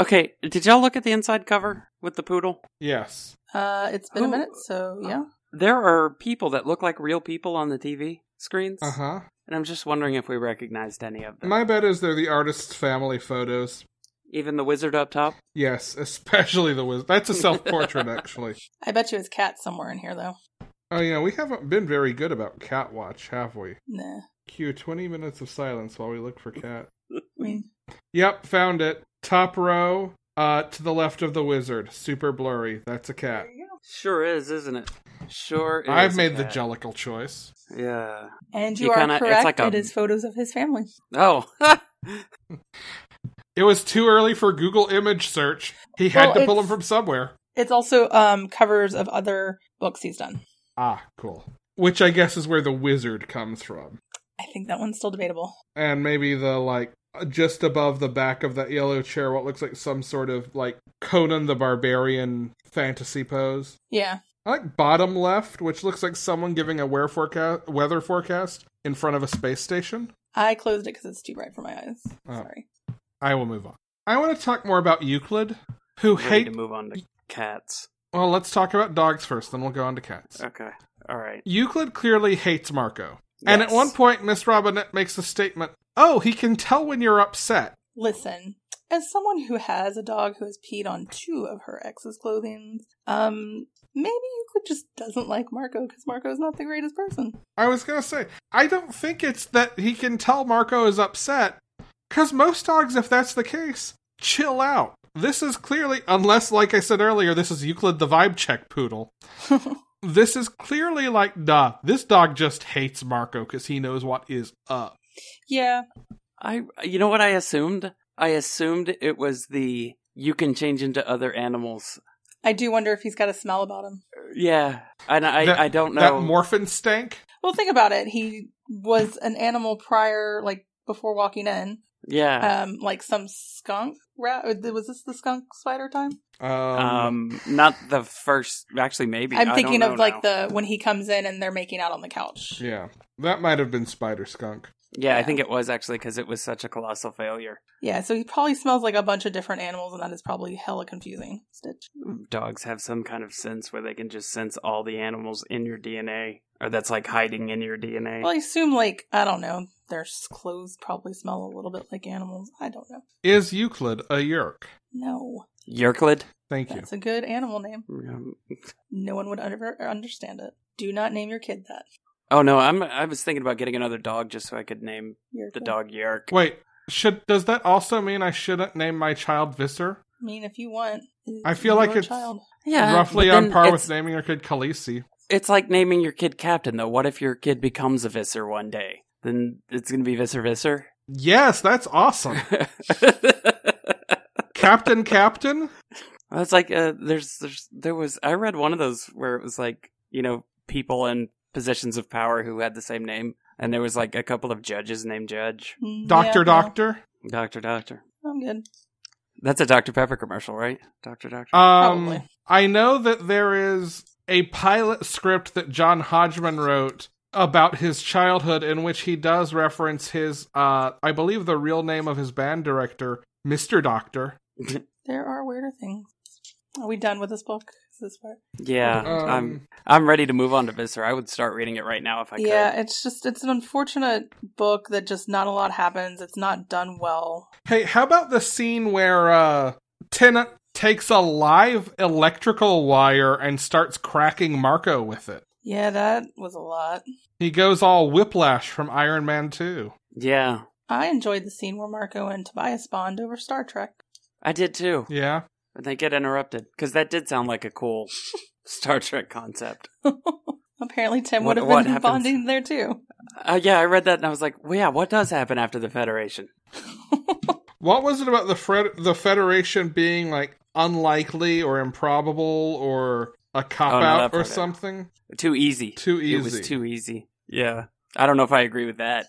[SPEAKER 1] Okay, did y'all look at the inside cover with the poodle?
[SPEAKER 2] Yes.
[SPEAKER 3] uh, it's been a
[SPEAKER 1] Who-
[SPEAKER 3] minute, so yeah.
[SPEAKER 1] There are people that look like real people on the TV screens,
[SPEAKER 2] Uh huh.
[SPEAKER 1] and I'm just wondering if we recognized any of them.
[SPEAKER 2] My bet is they're the artist's family photos.
[SPEAKER 1] Even the wizard up top.
[SPEAKER 2] Yes, especially the wizard. That's a self portrait, actually.
[SPEAKER 3] I bet you it's cat somewhere in here, though.
[SPEAKER 2] Oh, yeah, we haven't been very good about Cat Watch, have we?
[SPEAKER 3] Nah,
[SPEAKER 2] Cue 20 minutes of silence while we look for Cat.
[SPEAKER 3] I mean,
[SPEAKER 2] Yep, found it. Top row, uh, to the left of the wizard. Super blurry. That's a cat.
[SPEAKER 3] there you go.
[SPEAKER 1] Sure is, isn't it? Sure. Is
[SPEAKER 2] I've made the
[SPEAKER 1] cat.
[SPEAKER 2] jellicle choice.
[SPEAKER 1] Yeah.
[SPEAKER 3] and you,
[SPEAKER 1] You
[SPEAKER 3] are
[SPEAKER 1] kinda- it's
[SPEAKER 3] correct.
[SPEAKER 1] like um, a-
[SPEAKER 3] It is photos of his family.
[SPEAKER 1] Oh.
[SPEAKER 2] It was too early for Google image search. He had
[SPEAKER 3] Well,
[SPEAKER 2] to pull
[SPEAKER 3] it's-
[SPEAKER 2] him from somewhere.
[SPEAKER 3] It's also um covers of other books he's done.
[SPEAKER 2] Ah, cool. Which I guess is where the wizard comes from.
[SPEAKER 3] I think that one's still debatable.
[SPEAKER 2] and maybe the like just above the back of that yellow chair what looks like some sort of like conan the barbarian fantasy pose
[SPEAKER 3] Yeah,
[SPEAKER 2] i like bottom left which looks like someone giving a wear forecast, weather forecast in front of a space station
[SPEAKER 3] I closed it because it's too bright for my eyes.
[SPEAKER 2] Oh.
[SPEAKER 3] Sorry.
[SPEAKER 2] i will move on i want to talk more about euclid who
[SPEAKER 1] We need
[SPEAKER 2] hate
[SPEAKER 1] to move on to cats.
[SPEAKER 2] well let's talk about dogs first then we'll go on to cats
[SPEAKER 1] Okay. All right.
[SPEAKER 2] euclid clearly hates marco and at
[SPEAKER 1] Yes.
[SPEAKER 2] one point miss robinette makes the statement oh he can tell when you're upset
[SPEAKER 3] Listen, as someone who has a dog who has peed on two of her ex's clothing, um, maybe Euclid just doesn't like Marco because Marco's not the greatest person.
[SPEAKER 2] I was gonna say, I don't think it's that he can tell Marco is upset, because most dogs, if that's the case, chill out. This is clearly, unless, like I said earlier, this is Euclid the vibe check poodle. This is clearly like, nah, this dog just hates Marco because he knows what is up.
[SPEAKER 3] yeah,
[SPEAKER 1] I you know what I assumed? I assumed it was the you can change into other animals.
[SPEAKER 3] I do wonder if he's got a smell about him.
[SPEAKER 1] Yeah. And I
[SPEAKER 2] That-
[SPEAKER 1] I don't
[SPEAKER 2] That
[SPEAKER 1] know.
[SPEAKER 2] morphin stank.
[SPEAKER 3] Well, think about it. He was an animal prior, like before walking in,
[SPEAKER 1] yeah.
[SPEAKER 3] um, like some skunk rat. or Was this the skunk spider time?
[SPEAKER 2] Um,
[SPEAKER 1] um not the first actually maybe
[SPEAKER 3] I'm thinking of like the when he comes in and they're making out on the couch.
[SPEAKER 2] yeah, that might have been spider skunk.
[SPEAKER 1] Yeah, I
[SPEAKER 3] yeah.
[SPEAKER 1] think it was actually cuz it was such a colossal failure.
[SPEAKER 3] Yeah, so he probably smells like a bunch of different animals, and that is probably hella confusing. Stitch.
[SPEAKER 1] Dogs have some kind of sense where they can just sense all the animals in your DNA or that's like hiding in your DNA.
[SPEAKER 3] Well, I assume like I don't know. Their s- clothes probably smell a little bit like animals. I don't know.
[SPEAKER 2] Is Euclid a yerk?
[SPEAKER 3] No,
[SPEAKER 1] Yerklid?
[SPEAKER 2] Thank you.
[SPEAKER 3] that's a good animal name.
[SPEAKER 1] Um,
[SPEAKER 3] No one would ever understand it. Do not name your kid that.
[SPEAKER 1] Oh no, I'm I was thinking about getting another dog just so I could name
[SPEAKER 3] Your
[SPEAKER 1] the
[SPEAKER 3] kid.
[SPEAKER 1] dog Yerk.
[SPEAKER 2] Wait, should does that also mean I shouldn't name my child Visser?
[SPEAKER 3] I mean, if you want,
[SPEAKER 2] I feel
[SPEAKER 3] your
[SPEAKER 2] like it's-
[SPEAKER 3] child.
[SPEAKER 1] Yeah,
[SPEAKER 2] roughly
[SPEAKER 1] but then
[SPEAKER 2] on par
[SPEAKER 1] it's-
[SPEAKER 2] with naming your kid Khaleesi.
[SPEAKER 1] It's like naming your kid captain, though. What if your kid becomes a Visser one day? Then it's going to be Visser Visser.
[SPEAKER 2] Yes, that's awesome. Captain Captain?
[SPEAKER 1] It's like uh, there's there's there was I read one of those where it was like you know people in positions of power who had the same name, and there was like a couple of judges named Judge
[SPEAKER 3] Mm,
[SPEAKER 2] Doctor
[SPEAKER 3] yeah,
[SPEAKER 2] Doctor?
[SPEAKER 1] Doctor Doctor.
[SPEAKER 3] no, I'm good.
[SPEAKER 1] That's a Dr Pepper commercial, right? Doctor Doctor.
[SPEAKER 2] Um
[SPEAKER 3] Probably.
[SPEAKER 2] I know that there is a pilot script that John Hodgman wrote about his childhood in which he does reference his uh I believe the real name of his band director, Mr. Doctor.
[SPEAKER 3] There are weirder things. Are we done with this book? Is this part?
[SPEAKER 1] yeah,
[SPEAKER 2] um,
[SPEAKER 1] I'm I'm ready to move on to Visser. I would start reading it right now if I could.
[SPEAKER 3] Yeah, it's just it's an unfortunate book that just not a lot happens. It's not done well.
[SPEAKER 2] Hey, how about the scene where uh Tennant takes a live electrical wire and starts cracking Marco with it?
[SPEAKER 3] Yeah, that was a lot.
[SPEAKER 2] He goes all whiplash from Iron Man 2.
[SPEAKER 1] Yeah,
[SPEAKER 3] I enjoyed the scene where Marco and Tobias bond over Star Trek.
[SPEAKER 1] I did too.
[SPEAKER 2] Yeah.
[SPEAKER 1] But they get interrupted because that did sound like a cool Star Trek concept.
[SPEAKER 3] Apparently, Tim
[SPEAKER 1] What-
[SPEAKER 3] would have
[SPEAKER 1] what
[SPEAKER 3] been
[SPEAKER 1] happens?
[SPEAKER 3] bonding there too.
[SPEAKER 1] Uh, yeah, I read that and I was like, well, yeah, what does happen after the Federation?
[SPEAKER 2] What was it about the Fred- the Federation being like unlikely or improbable or a cop
[SPEAKER 1] Oh, no, that
[SPEAKER 2] out or
[SPEAKER 1] part, yeah.
[SPEAKER 2] something?
[SPEAKER 1] Too easy.
[SPEAKER 2] Too easy.
[SPEAKER 1] It was too easy. Yeah. I don't know if I agree with that.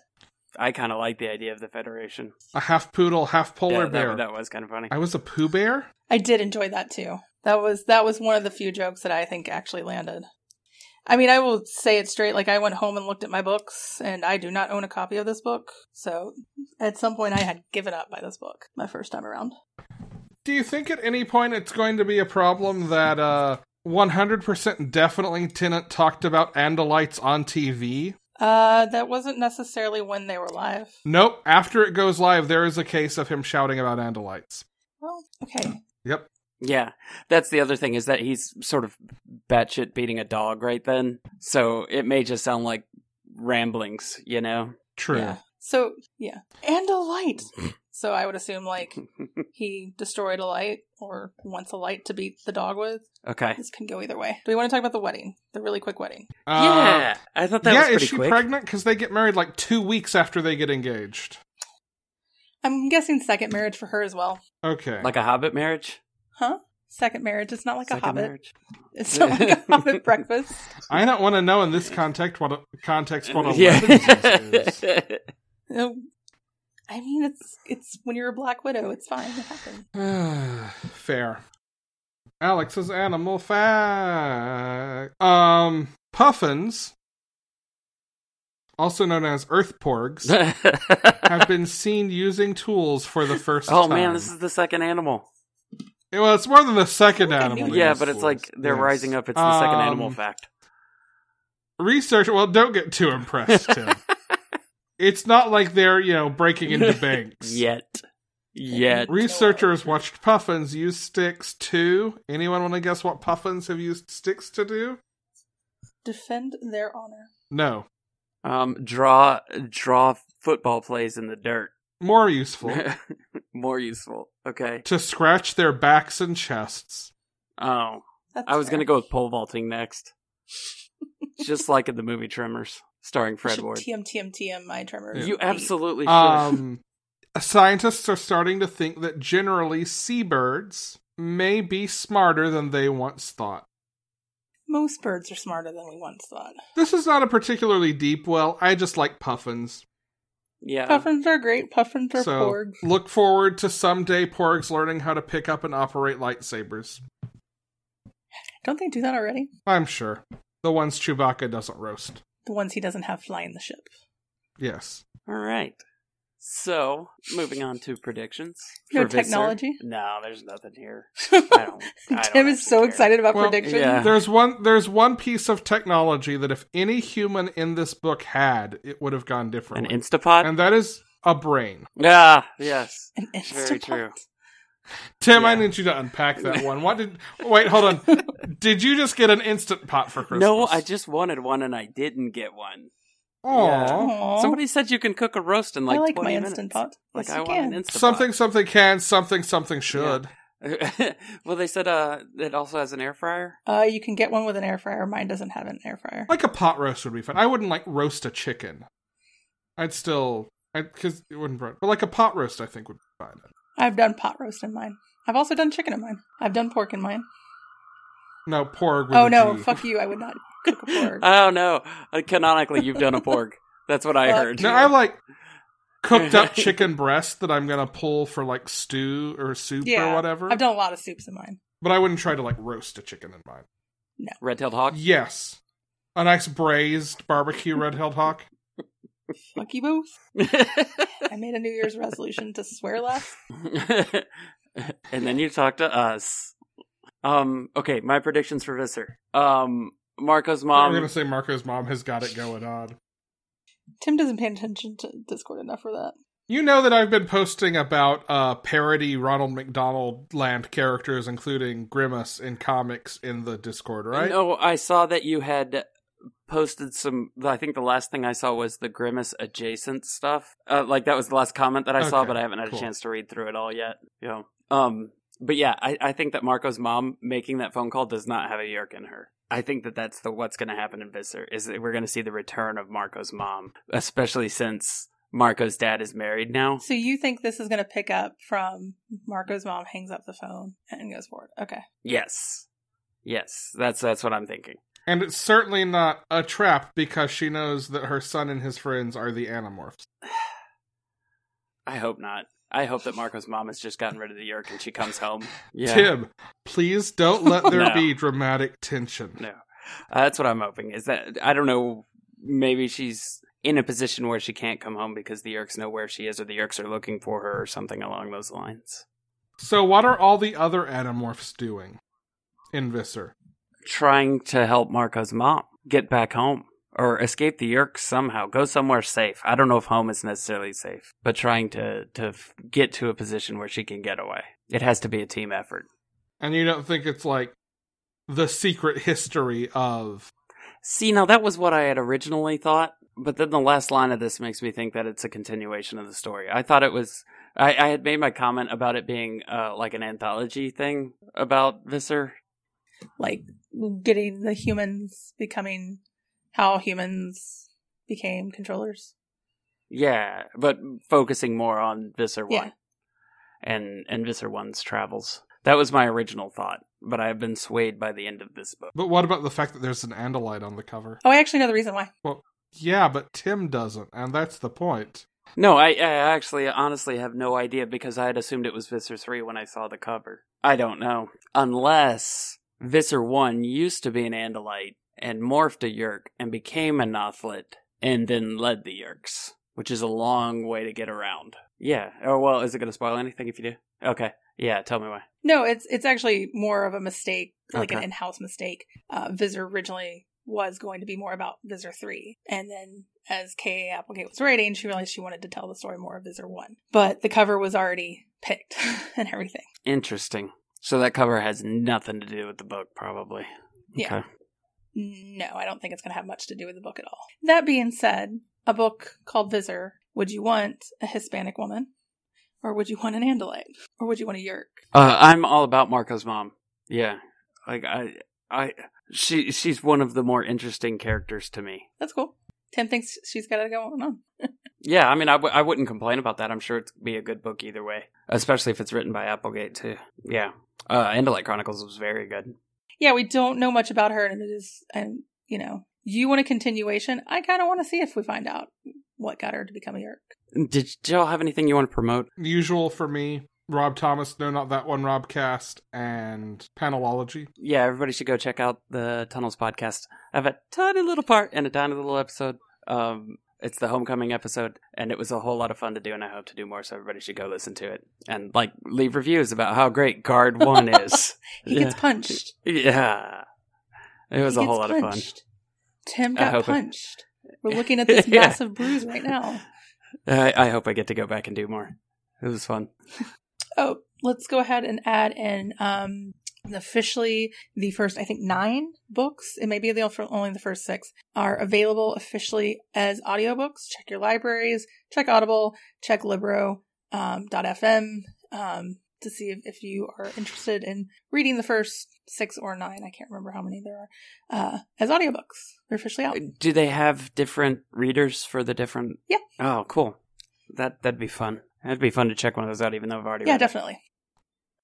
[SPEAKER 1] I kind of like the idea of the Federation.
[SPEAKER 2] a half poodle, half
[SPEAKER 1] Yeah,
[SPEAKER 2] polar
[SPEAKER 1] that-
[SPEAKER 2] bear.
[SPEAKER 1] That, was kind of funny.
[SPEAKER 2] I was a poo bear.
[SPEAKER 3] I did enjoy that too. That was that was one of the few jokes that I think actually landed. I mean, I will say it straight. Like, I went home and looked at my books, and I do not own a copy of this book. So, at some point, I had given up by this book my first time around.
[SPEAKER 2] Do you think at any point it's going to be a problem that uh 100% definitely Tennant talked about Andalites on TV?
[SPEAKER 3] Uh, that wasn't necessarily when they were live.
[SPEAKER 2] Nope. After it goes live, there is a case of him shouting about Andalites.
[SPEAKER 3] Well, okay.
[SPEAKER 2] Yep.
[SPEAKER 1] Yeah. That's the other thing is that he's sort of batshit beating a dog right then. So it may just sound like ramblings, you know?
[SPEAKER 2] True.
[SPEAKER 3] Yeah. So, yeah. And a light. so, I would assume, like, he destroyed a light or wants a light to beat the dog with.
[SPEAKER 1] okay.
[SPEAKER 3] This can go either way. Do we want to talk about the wedding? The really quick wedding.
[SPEAKER 2] Uh,
[SPEAKER 1] yeah. I thought that
[SPEAKER 2] yeah,
[SPEAKER 1] was
[SPEAKER 2] is
[SPEAKER 1] pretty
[SPEAKER 2] she
[SPEAKER 1] quick.
[SPEAKER 2] pregnant? Because they get married like two weeks after they get engaged.
[SPEAKER 3] I'm guessing second marriage for her as well.
[SPEAKER 2] Okay.
[SPEAKER 1] like a hobbit marriage?
[SPEAKER 3] Second marriage. It's not like
[SPEAKER 1] Second
[SPEAKER 3] a hobbit.
[SPEAKER 1] marriage?
[SPEAKER 3] It's not like a hobbit breakfast.
[SPEAKER 2] I don't want to know in this context what a context what a wedding is.
[SPEAKER 1] yeah.
[SPEAKER 3] No. Um, I mean, it's it's when you're a black widow, it's fine. It happens.
[SPEAKER 2] Fair. Alex's animal fact. Um, puffins, also known as earth porgs, have been seen using tools for the first
[SPEAKER 1] oh
[SPEAKER 2] time.
[SPEAKER 1] man, this is the second animal.
[SPEAKER 2] well, it's more than the second
[SPEAKER 3] I think I
[SPEAKER 2] animal.
[SPEAKER 3] knew
[SPEAKER 2] that
[SPEAKER 1] Yeah,
[SPEAKER 2] used
[SPEAKER 1] but it's
[SPEAKER 2] tools.
[SPEAKER 1] like they're
[SPEAKER 2] Yes.
[SPEAKER 1] rising up. It's the second animal
[SPEAKER 2] Um,
[SPEAKER 1] fact.
[SPEAKER 2] research well don't get too impressed tim it's not like they're you know breaking into banks
[SPEAKER 1] Yet, yet.
[SPEAKER 2] researchers watched puffins use sticks to anyone want to guess what puffins have used sticks to do
[SPEAKER 3] Defend their honor.
[SPEAKER 2] no
[SPEAKER 1] Um, draw draw football plays in the dirt.
[SPEAKER 2] more useful
[SPEAKER 1] More useful. Okay.
[SPEAKER 2] to scratch their backs and chests
[SPEAKER 1] Oh,
[SPEAKER 3] That's
[SPEAKER 1] I was
[SPEAKER 3] fair.
[SPEAKER 1] gonna go with pole vaulting next, just like in the movie Tremors, starring
[SPEAKER 3] You
[SPEAKER 1] Fred
[SPEAKER 3] should
[SPEAKER 1] Ward.
[SPEAKER 3] TM TM TM my tremor.
[SPEAKER 1] You absolutely should.
[SPEAKER 2] um scientists are starting to think that generally seabirds may be smarter than they once thought
[SPEAKER 3] Most birds are smarter than we once thought.
[SPEAKER 2] this is not a particularly deep well i just like puffins
[SPEAKER 1] yeah.
[SPEAKER 3] Puffins are great. Puffins are
[SPEAKER 2] so
[SPEAKER 3] porg.
[SPEAKER 2] look forward to someday porgs learning how to pick up and operate lightsabers
[SPEAKER 3] Don't they do that already?
[SPEAKER 2] i'm sure the ones chewbacca doesn't roast
[SPEAKER 3] The ones he doesn't have flying the ship.
[SPEAKER 2] yes
[SPEAKER 1] All right. So, moving on to predictions.
[SPEAKER 3] No
[SPEAKER 1] for Visser.
[SPEAKER 3] technology?
[SPEAKER 1] No, there's nothing here. I
[SPEAKER 3] Tim
[SPEAKER 1] don't. I don't
[SPEAKER 3] is
[SPEAKER 1] actually
[SPEAKER 3] so
[SPEAKER 1] care.
[SPEAKER 3] excited about
[SPEAKER 2] Well,
[SPEAKER 3] predictions.
[SPEAKER 1] yeah.
[SPEAKER 2] there's one there's one piece of technology that if any human in this book had it would have gone
[SPEAKER 1] An
[SPEAKER 2] differently
[SPEAKER 1] Instapot?
[SPEAKER 2] and that is a brain
[SPEAKER 1] ah, yes.
[SPEAKER 3] An
[SPEAKER 1] Very
[SPEAKER 3] Instapot.
[SPEAKER 1] true.
[SPEAKER 2] tim i
[SPEAKER 1] Yeah.
[SPEAKER 2] need you to unpack that one what did wait hold on did you just get an instant pot for christmas
[SPEAKER 1] No, I just wanted one and I didn't get one.
[SPEAKER 2] Aw.
[SPEAKER 3] Aw.
[SPEAKER 1] Somebody said you can cook a roast in like,
[SPEAKER 3] I like
[SPEAKER 1] 20
[SPEAKER 3] my
[SPEAKER 1] minutes.
[SPEAKER 3] Instant Pot.
[SPEAKER 1] Like
[SPEAKER 3] Yes,
[SPEAKER 1] I
[SPEAKER 3] you
[SPEAKER 1] want
[SPEAKER 3] can.
[SPEAKER 1] an instant
[SPEAKER 2] something something can something something should
[SPEAKER 1] Pot. well, they said uh, it also has an air fryer.
[SPEAKER 3] Uh, you can get one with an air fryer. Mine doesn't have an air fryer.
[SPEAKER 2] like a pot roast would be fun. I wouldn't like roast a chicken. I'd still, because it wouldn't, bro- but like a pot roast, I think would be fine.
[SPEAKER 3] I've done pot roast in mine. I've also done chicken in mine. I've done pork in mine.
[SPEAKER 2] No, porg. with
[SPEAKER 3] Oh
[SPEAKER 2] a
[SPEAKER 3] no,
[SPEAKER 2] G.
[SPEAKER 3] fuck you! I would not cook a pork.
[SPEAKER 1] Oh no! Uh, Canonically, you've done a porg. That's what I
[SPEAKER 3] Fuck.
[SPEAKER 1] heard.
[SPEAKER 2] No, I like cooked up chicken breast that I'm gonna pull for like stew or soup
[SPEAKER 3] Yeah,
[SPEAKER 2] or whatever.
[SPEAKER 3] I've done a lot of soups in mine.
[SPEAKER 2] but I wouldn't try to like roast a chicken in mine.
[SPEAKER 1] Red-tailed hawk.
[SPEAKER 2] Yes, a nice braised barbecue red-tailed hawk.
[SPEAKER 3] Fuck you both. I made a New Year's resolution to swear less.
[SPEAKER 1] and then you talk to us. Um. Okay, my predictions for Visser. Um. Marco's
[SPEAKER 2] I'm
[SPEAKER 1] mom.
[SPEAKER 2] gonna say Marco's mom has got it going on.
[SPEAKER 3] Tim doesn't pay attention to Discord enough for that.
[SPEAKER 2] You know that I've been posting about uh, parody Ronald McDonald land characters, including Grimace in comics, in the Discord, right?
[SPEAKER 1] No, I saw that you had posted some. I think the last thing I saw was the grimace adjacent stuff. Uh, like that was the last comment that I saw,
[SPEAKER 2] Okay,
[SPEAKER 1] but I haven't had
[SPEAKER 2] cool.
[SPEAKER 1] a chance to read through it all yet. Yeah. Um. But yeah, I, I think that Marco's mom making that phone call does not have a yerk in her. I think that that's the what's going to happen in Visser is that we're going to see the return of Marco's mom, especially since Marco's dad is married now.
[SPEAKER 3] So you think this is going to pick up from Marco's mom hangs up the phone and goes forward? Okay.
[SPEAKER 1] Yes, yes, that's that's what I'm thinking.
[SPEAKER 2] And it's certainly not a trap because she knows that her son and his friends are the Animorphs.
[SPEAKER 1] I hope not. I hope that Marco's mom has just gotten rid of the yerk and she comes home. Yeah.
[SPEAKER 2] Tim, please don't let there
[SPEAKER 1] No.
[SPEAKER 2] be dramatic tension.
[SPEAKER 1] No. Uh, that's what I'm hoping. Is that I don't know. Maybe she's in a position where she can't come home because the Yerks know where she is, or the Yerks are looking for her, or something along those lines.
[SPEAKER 2] So, what are all the other Animorphs doing in Visser?
[SPEAKER 1] Trying to help Marco's mom get back home or escape the Yerks somehow, go somewhere safe. I don't know if home is necessarily safe, but trying to to f- get to a position where she can get away. It has to be a team effort.
[SPEAKER 2] And you don't think it's like the secret history of.
[SPEAKER 1] See, now that was what I had originally thought, but then the last line of this makes me think that it's a continuation of the story. I thought it was. I, I had made my comment about it being uh, like an anthology thing about Visser.
[SPEAKER 3] Like getting the humans becoming how humans became controllers.
[SPEAKER 1] Yeah, but focusing more on Visser 1
[SPEAKER 3] Yeah.
[SPEAKER 1] and, and Visser 1's travels. That was my original thought, but I have been swayed by the end of this book.
[SPEAKER 2] But what about the fact that there's an Andalite on the cover?
[SPEAKER 3] Oh, I actually know the reason why.
[SPEAKER 2] Yeah, but Tim doesn't, and that's the point.
[SPEAKER 1] No, I, I actually honestly have no idea because I had assumed it was Visser 3 when I saw the cover. I don't know. Unless Visser 1 used to be an Andalite and morphed a Yerk and became a Nothlet and then led the Yerks, which is a long way to get around. Yeah. Oh, well, is it going to spoil anything if you do? Okay. Yeah, tell me why.
[SPEAKER 3] No, it's it's actually more of a mistake, like an
[SPEAKER 1] Okay.
[SPEAKER 3] in-house mistake. Uh, Visor originally was going to be more about Visor three, and then as K. A. Applegate was writing, she realized she wanted to tell the story more of Visor one, but the cover was already picked and everything.
[SPEAKER 1] Interesting. So that cover has nothing to do with the book, probably.
[SPEAKER 3] Yeah.
[SPEAKER 1] Okay.
[SPEAKER 3] No, I don't think it's going to have much to do with the book at all. That being said, a book called Visor. Would you want a Hispanic woman, or would you want an Andalite, or would you want a Yerk?
[SPEAKER 1] Uh, I'm all about Marco's mom. Yeah, like I, I, she, she's one of the more interesting characters to me.
[SPEAKER 3] That's cool. Tim thinks she's got it going on.
[SPEAKER 1] Yeah, I mean, I, w- I wouldn't complain about that. I'm sure it'd be a good book either way, especially if it's written by Applegate too. Yeah, uh, Andalite Chronicles was very good.
[SPEAKER 3] yeah, we don't know much about her, and it is, and you know, you want a continuation. I kind of want to see if we find out what got her to become a Yerk.
[SPEAKER 1] Did, did y'all have anything you want to promote?
[SPEAKER 2] Usual for me Rob Thomas, no, not that one, Rob Cast, and Panelology.
[SPEAKER 1] Yeah, everybody should go check out the Tunnels podcast. I have a tiny little part and a tiny little episode. Um, it's the homecoming episode, and it was a whole lot of fun to do, and I hope to do more. So everybody should go listen to it and like leave reviews about how great Guard One is.
[SPEAKER 3] He
[SPEAKER 1] yeah.
[SPEAKER 3] gets punched.
[SPEAKER 1] yeah, it was
[SPEAKER 3] He
[SPEAKER 1] a whole lot
[SPEAKER 3] gets
[SPEAKER 1] of fun.
[SPEAKER 3] punched. Tim
[SPEAKER 1] I
[SPEAKER 3] got
[SPEAKER 1] hope it-
[SPEAKER 3] punched. We're looking at this
[SPEAKER 1] Yeah.
[SPEAKER 3] massive bruise right now.
[SPEAKER 1] I, I hope I get to go back and do more. It was fun.
[SPEAKER 3] Oh, let's go ahead and add in um, officially the first, I think, nine books. It may be the only the first six are available officially as audiobooks. Check your libraries, check Audible, check Libro um, .fm um, to see if, if you are interested in reading the first six or nine. I can't remember how many there are uh, as audiobooks. They're officially out.
[SPEAKER 1] Do they have different readers for the different?
[SPEAKER 3] Yeah.
[SPEAKER 1] Oh, cool. That that'd be fun. That'd be fun to check one of those out, even though I've already.
[SPEAKER 3] Yeah,
[SPEAKER 1] read it.
[SPEAKER 3] definitely.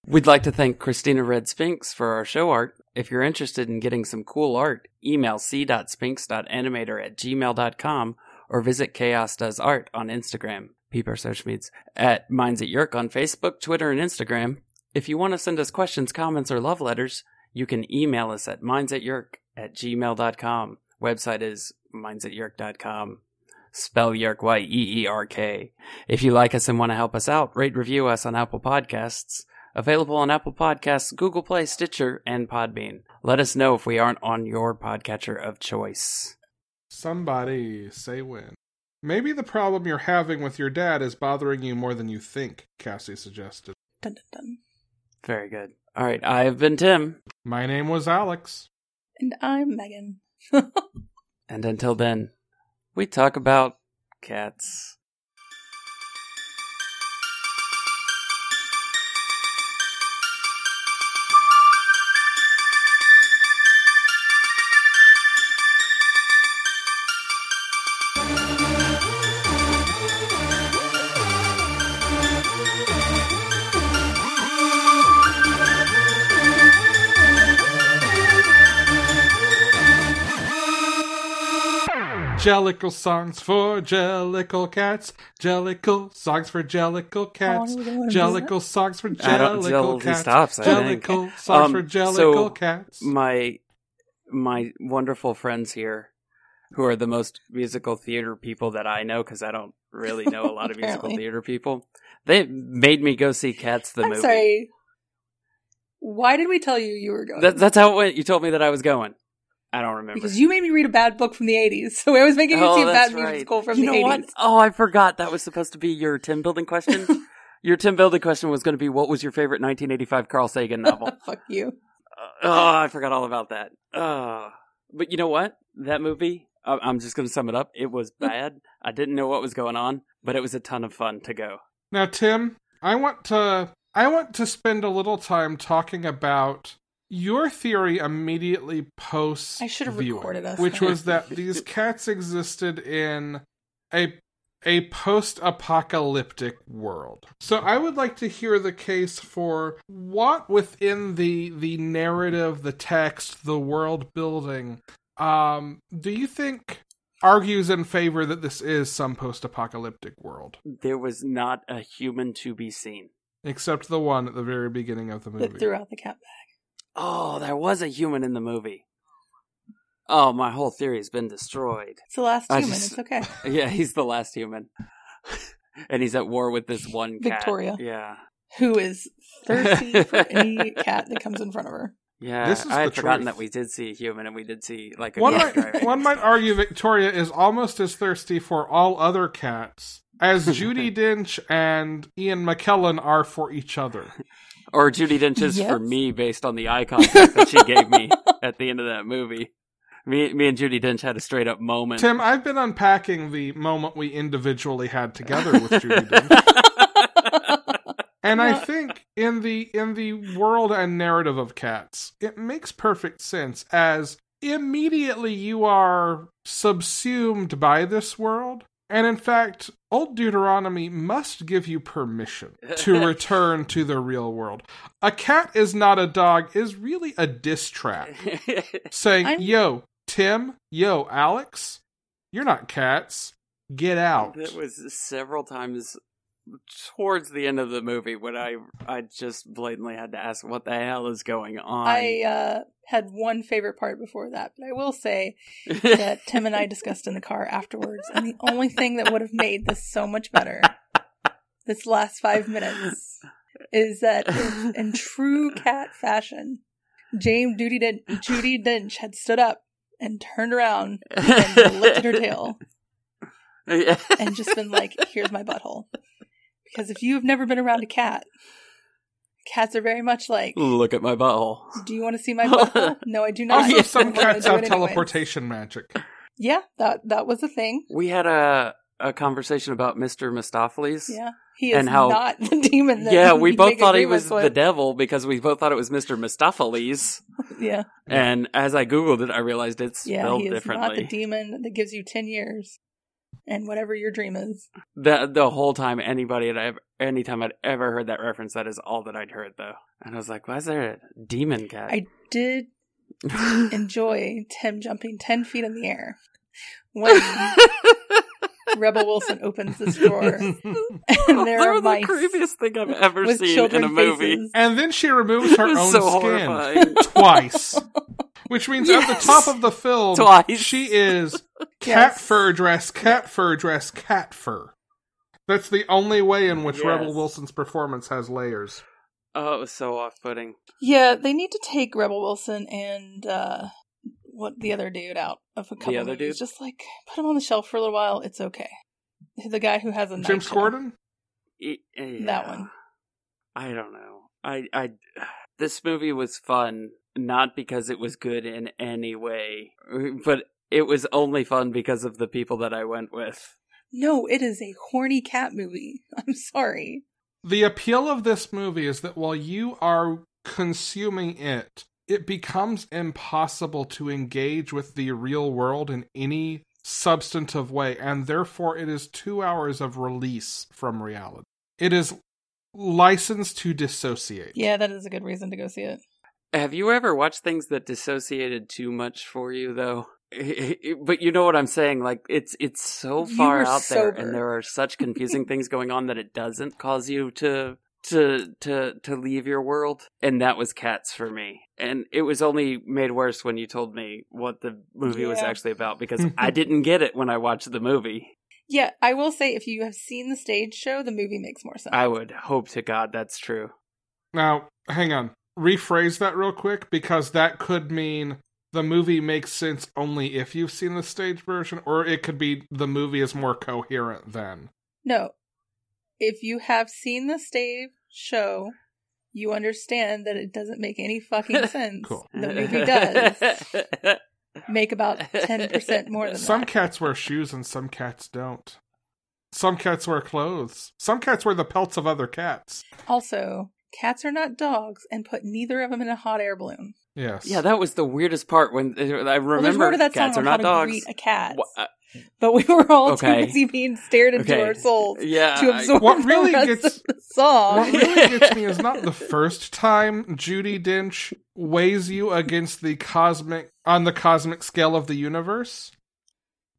[SPEAKER 1] We'd like to thank Christina Red Spinks for our show art. If you're interested in getting some cool art, email c.spinks.animator at gmail.com or visit Chaos Does Art on Instagram. Peep our social meds at Minds at Yerk on Facebook, Twitter, and Instagram. If you want to send us questions, comments, or love letters, you can email us at minds at yerk at gmail.com. Website is minds at yerk.com. Spell yerk, E Y-E-E-R-K. If you like us and want to help us out, rate review us on Apple Podcasts. Available on Apple Podcasts, Google Play, Stitcher, and Podbean. Let us know if we aren't on your podcatcher of choice.
[SPEAKER 2] Somebody say when. Maybe the problem you're having with your dad is bothering you more than you think, Cassie suggested.
[SPEAKER 3] Dun, dun, dun.
[SPEAKER 1] Very good. All right, I have been Tim.
[SPEAKER 2] My name was Alex.
[SPEAKER 3] And I'm Megan.
[SPEAKER 1] And until then, we talk about cats.
[SPEAKER 2] Jellicle songs for jellicle cats. Jellicle songs for jellicle cats.
[SPEAKER 3] Oh, I don't wanna
[SPEAKER 2] Jellicle songs for
[SPEAKER 1] I don't- Jill,
[SPEAKER 2] jellicle
[SPEAKER 1] he
[SPEAKER 2] cats.
[SPEAKER 1] stops, I think.
[SPEAKER 2] Jellicle songs
[SPEAKER 1] Um,
[SPEAKER 2] for jellicle
[SPEAKER 1] so-
[SPEAKER 2] cats.
[SPEAKER 1] my my wonderful friends here who are the most musical theater people that I know because I don't really know a lot of musical
[SPEAKER 3] Apparently.
[SPEAKER 1] theater people. They made me go see Cats the
[SPEAKER 3] I'm
[SPEAKER 1] movie.
[SPEAKER 3] sorry. Why did we tell you you were going?
[SPEAKER 1] That, that's how it went. You told me that I was going. I don't remember.
[SPEAKER 3] because you made me read a bad book from the 80s. So I was making you
[SPEAKER 1] Oh,
[SPEAKER 3] see a bad
[SPEAKER 1] that's right.
[SPEAKER 3] musical from
[SPEAKER 1] you
[SPEAKER 3] the
[SPEAKER 1] know
[SPEAKER 3] 80s.
[SPEAKER 1] what? Oh, I forgot that was supposed to be your Tim building question. your Tim building question was going to be what was your favorite 1985 Carl Sagan novel?
[SPEAKER 3] Fuck you.
[SPEAKER 1] oh, I forgot all about that. Oh. But you know what? That movie, I- I'm just going to sum it up. It was bad. I didn't know what was going on, but it was a ton of fun to go.
[SPEAKER 2] Now, Tim, I want to I want to spend a little time talking about your theory immediately post.
[SPEAKER 3] I should have
[SPEAKER 2] viewing,
[SPEAKER 3] recorded us.
[SPEAKER 2] which was that these cats existed in a a post-apocalyptic world. So I would like to hear the case for what within the the narrative, the text, the world building. Um, do you think argues in favor that this is some post-apocalyptic world?
[SPEAKER 1] There was not a human to be seen.
[SPEAKER 2] except the one at the very beginning of the
[SPEAKER 3] that
[SPEAKER 2] movie.
[SPEAKER 3] threw out the cat bag.
[SPEAKER 1] Oh, there was a human in the movie. Oh, my whole theory has been destroyed.
[SPEAKER 3] It's the last
[SPEAKER 1] I
[SPEAKER 3] human.
[SPEAKER 1] just-
[SPEAKER 3] It's okay.
[SPEAKER 1] Yeah, he's the last human. and he's at war with this one cat.
[SPEAKER 3] Victoria.
[SPEAKER 1] Yeah.
[SPEAKER 3] Who is thirsty for any cat that comes in front of her?
[SPEAKER 1] Yeah.
[SPEAKER 2] This is
[SPEAKER 1] I had
[SPEAKER 2] the
[SPEAKER 1] forgotten
[SPEAKER 2] truth.
[SPEAKER 1] that we did see a human and we did see like a
[SPEAKER 2] One
[SPEAKER 1] cat
[SPEAKER 2] might,
[SPEAKER 1] driving.
[SPEAKER 2] one might argue Victoria is almost as thirsty for all other cats as Judy Dench and Ian McKellen are for each other.
[SPEAKER 1] Or Judy Dench is for
[SPEAKER 3] Yes.
[SPEAKER 1] me based on the eye contact that she gave me at the end of that movie. Me, me and Judy Dench had a straight up moment.
[SPEAKER 2] Tim, I've been unpacking the moment we individually had together with Judy Dench. And I
[SPEAKER 3] No.
[SPEAKER 2] think in the in the world and narrative of cats, it makes perfect sense as immediately you are subsumed by this world. And in fact, old Deuteronomy must give you permission to return to the real world. A cat is not a dog is really a diss track saying,
[SPEAKER 3] I'm-
[SPEAKER 2] "Yo, Tim, yo, Alex, you're not cats. Get out."
[SPEAKER 1] that was several times towards the end of the movie when I I just blatantly had to ask what the hell is going on.
[SPEAKER 3] I uh, had one favorite part before that, but I will say that Tim and I discussed in the car afterwards. And the only thing that would have made this so much better, this last five minutes, is that if, in true cat fashion, James Judy, Den- Judy Dench had stood up and turned around and lifted her tail and just been like, here's my butthole. Because if you've never been around a cat, cats are very much like,
[SPEAKER 1] Look at my butthole.
[SPEAKER 3] do you want to see my butthole? No, I do not.
[SPEAKER 2] Also,
[SPEAKER 1] yeah.
[SPEAKER 2] some
[SPEAKER 3] We're gonna
[SPEAKER 2] cats
[SPEAKER 3] do it
[SPEAKER 2] have
[SPEAKER 3] anyways.
[SPEAKER 2] teleportation magic.
[SPEAKER 3] Yeah, that that was a thing.
[SPEAKER 1] We had a a conversation about Mr. Mistopheles.
[SPEAKER 3] Yeah, he is
[SPEAKER 1] And how-
[SPEAKER 3] not the demon. That
[SPEAKER 1] Yeah, we
[SPEAKER 3] you
[SPEAKER 1] both
[SPEAKER 3] make
[SPEAKER 1] thought he was
[SPEAKER 3] agreements
[SPEAKER 1] the devil because we both thought it was Mr. Mistopheles.
[SPEAKER 3] with. Yeah,
[SPEAKER 1] And as I googled it, I realized it's
[SPEAKER 3] yeah,
[SPEAKER 1] spelled
[SPEAKER 3] he is not
[SPEAKER 1] differently.
[SPEAKER 3] the demon that gives you ten years. and whatever your dream is.
[SPEAKER 1] The the whole time anybody had ever, anytime I'd ever heard that reference, that is all that I'd heard though. And I was like, why is there a demon cat?
[SPEAKER 3] I did enjoy Tim jumping 10 feet in the air when Rebel Wilson opens this drawer. And there
[SPEAKER 1] They're
[SPEAKER 3] are
[SPEAKER 1] the
[SPEAKER 3] mice
[SPEAKER 1] creepiest thing I've ever
[SPEAKER 3] with
[SPEAKER 1] seen in
[SPEAKER 3] children
[SPEAKER 1] a movie.
[SPEAKER 3] faces.
[SPEAKER 2] and then she removes her
[SPEAKER 1] It was
[SPEAKER 2] own
[SPEAKER 1] so
[SPEAKER 2] skin
[SPEAKER 1] horrifying.
[SPEAKER 2] twice, which means at
[SPEAKER 1] Yes.
[SPEAKER 2] the top of the film,
[SPEAKER 1] Twice.
[SPEAKER 2] she is cat
[SPEAKER 3] Yes.
[SPEAKER 2] fur dress, cat fur dress, cat fur. That's the only way in which
[SPEAKER 1] Yes.
[SPEAKER 2] Rebel Wilson's performance has layers.
[SPEAKER 1] Oh, it was so off putting.
[SPEAKER 3] Yeah, they need to take Rebel Wilson and uh what the other dude out of a couple
[SPEAKER 1] other
[SPEAKER 3] movies.
[SPEAKER 1] dude?
[SPEAKER 3] Just like put him on the shelf for a little while. It's okay. The guy who has a
[SPEAKER 2] Jim
[SPEAKER 3] night show.
[SPEAKER 2] Scorden?
[SPEAKER 1] E,
[SPEAKER 3] That one.
[SPEAKER 1] I don't know. I I this movie was fun not because it was good in any way, but it was only fun because of the people that I went with.
[SPEAKER 3] No, it is a horny cat movie. I'm sorry.
[SPEAKER 2] The appeal of this movie is that while you are consuming it, it becomes impossible to engage with the real world in any substantive way, and therefore it is two hours of release from reality. It is licensed to dissociate.
[SPEAKER 3] Yeah, that is a good reason to go see it.
[SPEAKER 1] Have you ever watched things that dissociated too much for you though? But you know what I'm saying. Like it's it's so
[SPEAKER 3] You
[SPEAKER 1] far
[SPEAKER 3] were
[SPEAKER 1] out there,
[SPEAKER 3] sober.
[SPEAKER 1] and there are such confusing things going on that it doesn't cause you to to to to leave your world. And that was Cats for me. And it was only made worse when you told me what the movie was
[SPEAKER 3] Yeah.
[SPEAKER 1] actually about because I didn't get it when I watched the movie.
[SPEAKER 3] Yeah, I will say if you have seen the stage show, the movie makes more sense.
[SPEAKER 1] I would hope to God that's true.
[SPEAKER 2] Now, hang on. Rephrase that real quick because that could mean the movie makes sense only if you've seen the stage version, or it could be the movie is more coherent then.
[SPEAKER 3] No. If you have seen the stage show, you understand that it doesn't make any fucking sense.
[SPEAKER 2] Cool.
[SPEAKER 3] The movie does make about 10% more than
[SPEAKER 2] Some
[SPEAKER 3] that.
[SPEAKER 2] cats wear shoes and some cats don't. Some cats wear clothes. Some cats wear the pelts of other cats.
[SPEAKER 3] Also, cats are not dogs and put neither of them in a hot air balloon.
[SPEAKER 2] Yes.
[SPEAKER 1] Yeah, that was the weirdest part when I
[SPEAKER 3] Well, there's more
[SPEAKER 1] remember
[SPEAKER 3] to that
[SPEAKER 1] cats
[SPEAKER 3] song
[SPEAKER 1] are
[SPEAKER 3] on
[SPEAKER 1] not
[SPEAKER 3] how
[SPEAKER 1] dogs.
[SPEAKER 3] to greet a cat,
[SPEAKER 1] Wha- uh,
[SPEAKER 3] but we were all
[SPEAKER 1] Okay.
[SPEAKER 3] too busy being stared into
[SPEAKER 1] Okay.
[SPEAKER 3] our souls
[SPEAKER 1] yeah,
[SPEAKER 3] to
[SPEAKER 1] I-
[SPEAKER 3] absorb
[SPEAKER 2] What
[SPEAKER 3] the
[SPEAKER 2] really
[SPEAKER 3] rest
[SPEAKER 2] gets-
[SPEAKER 3] of the song.
[SPEAKER 2] What really gets me is not the first time Judy Dench weighs you against the cosmic on the cosmic scale of the universe.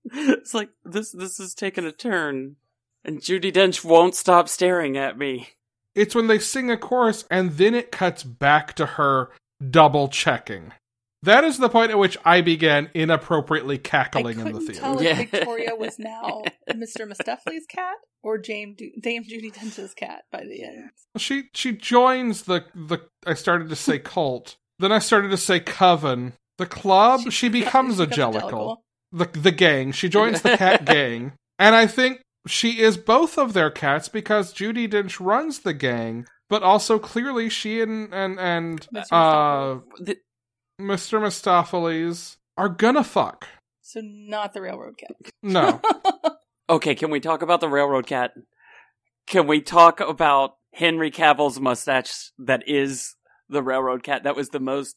[SPEAKER 1] it's like this this is taking a turn and judy dench won't stop staring at me
[SPEAKER 2] It's when they sing a chorus and then it cuts back to her double checking. That is the point at which I began inappropriately
[SPEAKER 3] I
[SPEAKER 2] cackling in the
[SPEAKER 3] couldn't
[SPEAKER 2] theater.
[SPEAKER 3] tell
[SPEAKER 1] Yeah.
[SPEAKER 3] if Victoria was now Mr. Mustafley's cat or Dame, du- Dame Judy Dench's cat by the end.
[SPEAKER 2] She she joins the the I started to say cult. then I started to say coven. The club, she, becomes a jellicle. The the gang. She joins the cat gang. And I think she is both of their cats because Judy Dench runs the gang, but also clearly she and and, and
[SPEAKER 3] Mr. Mustafley.
[SPEAKER 2] uh
[SPEAKER 1] Th-
[SPEAKER 2] Mr. Mistopheles are gonna fuck.
[SPEAKER 3] so not the railroad cat.
[SPEAKER 2] No.
[SPEAKER 1] okay can we talk about the railroad cat can we talk about henry cavill's mustache that is the railroad cat that was the most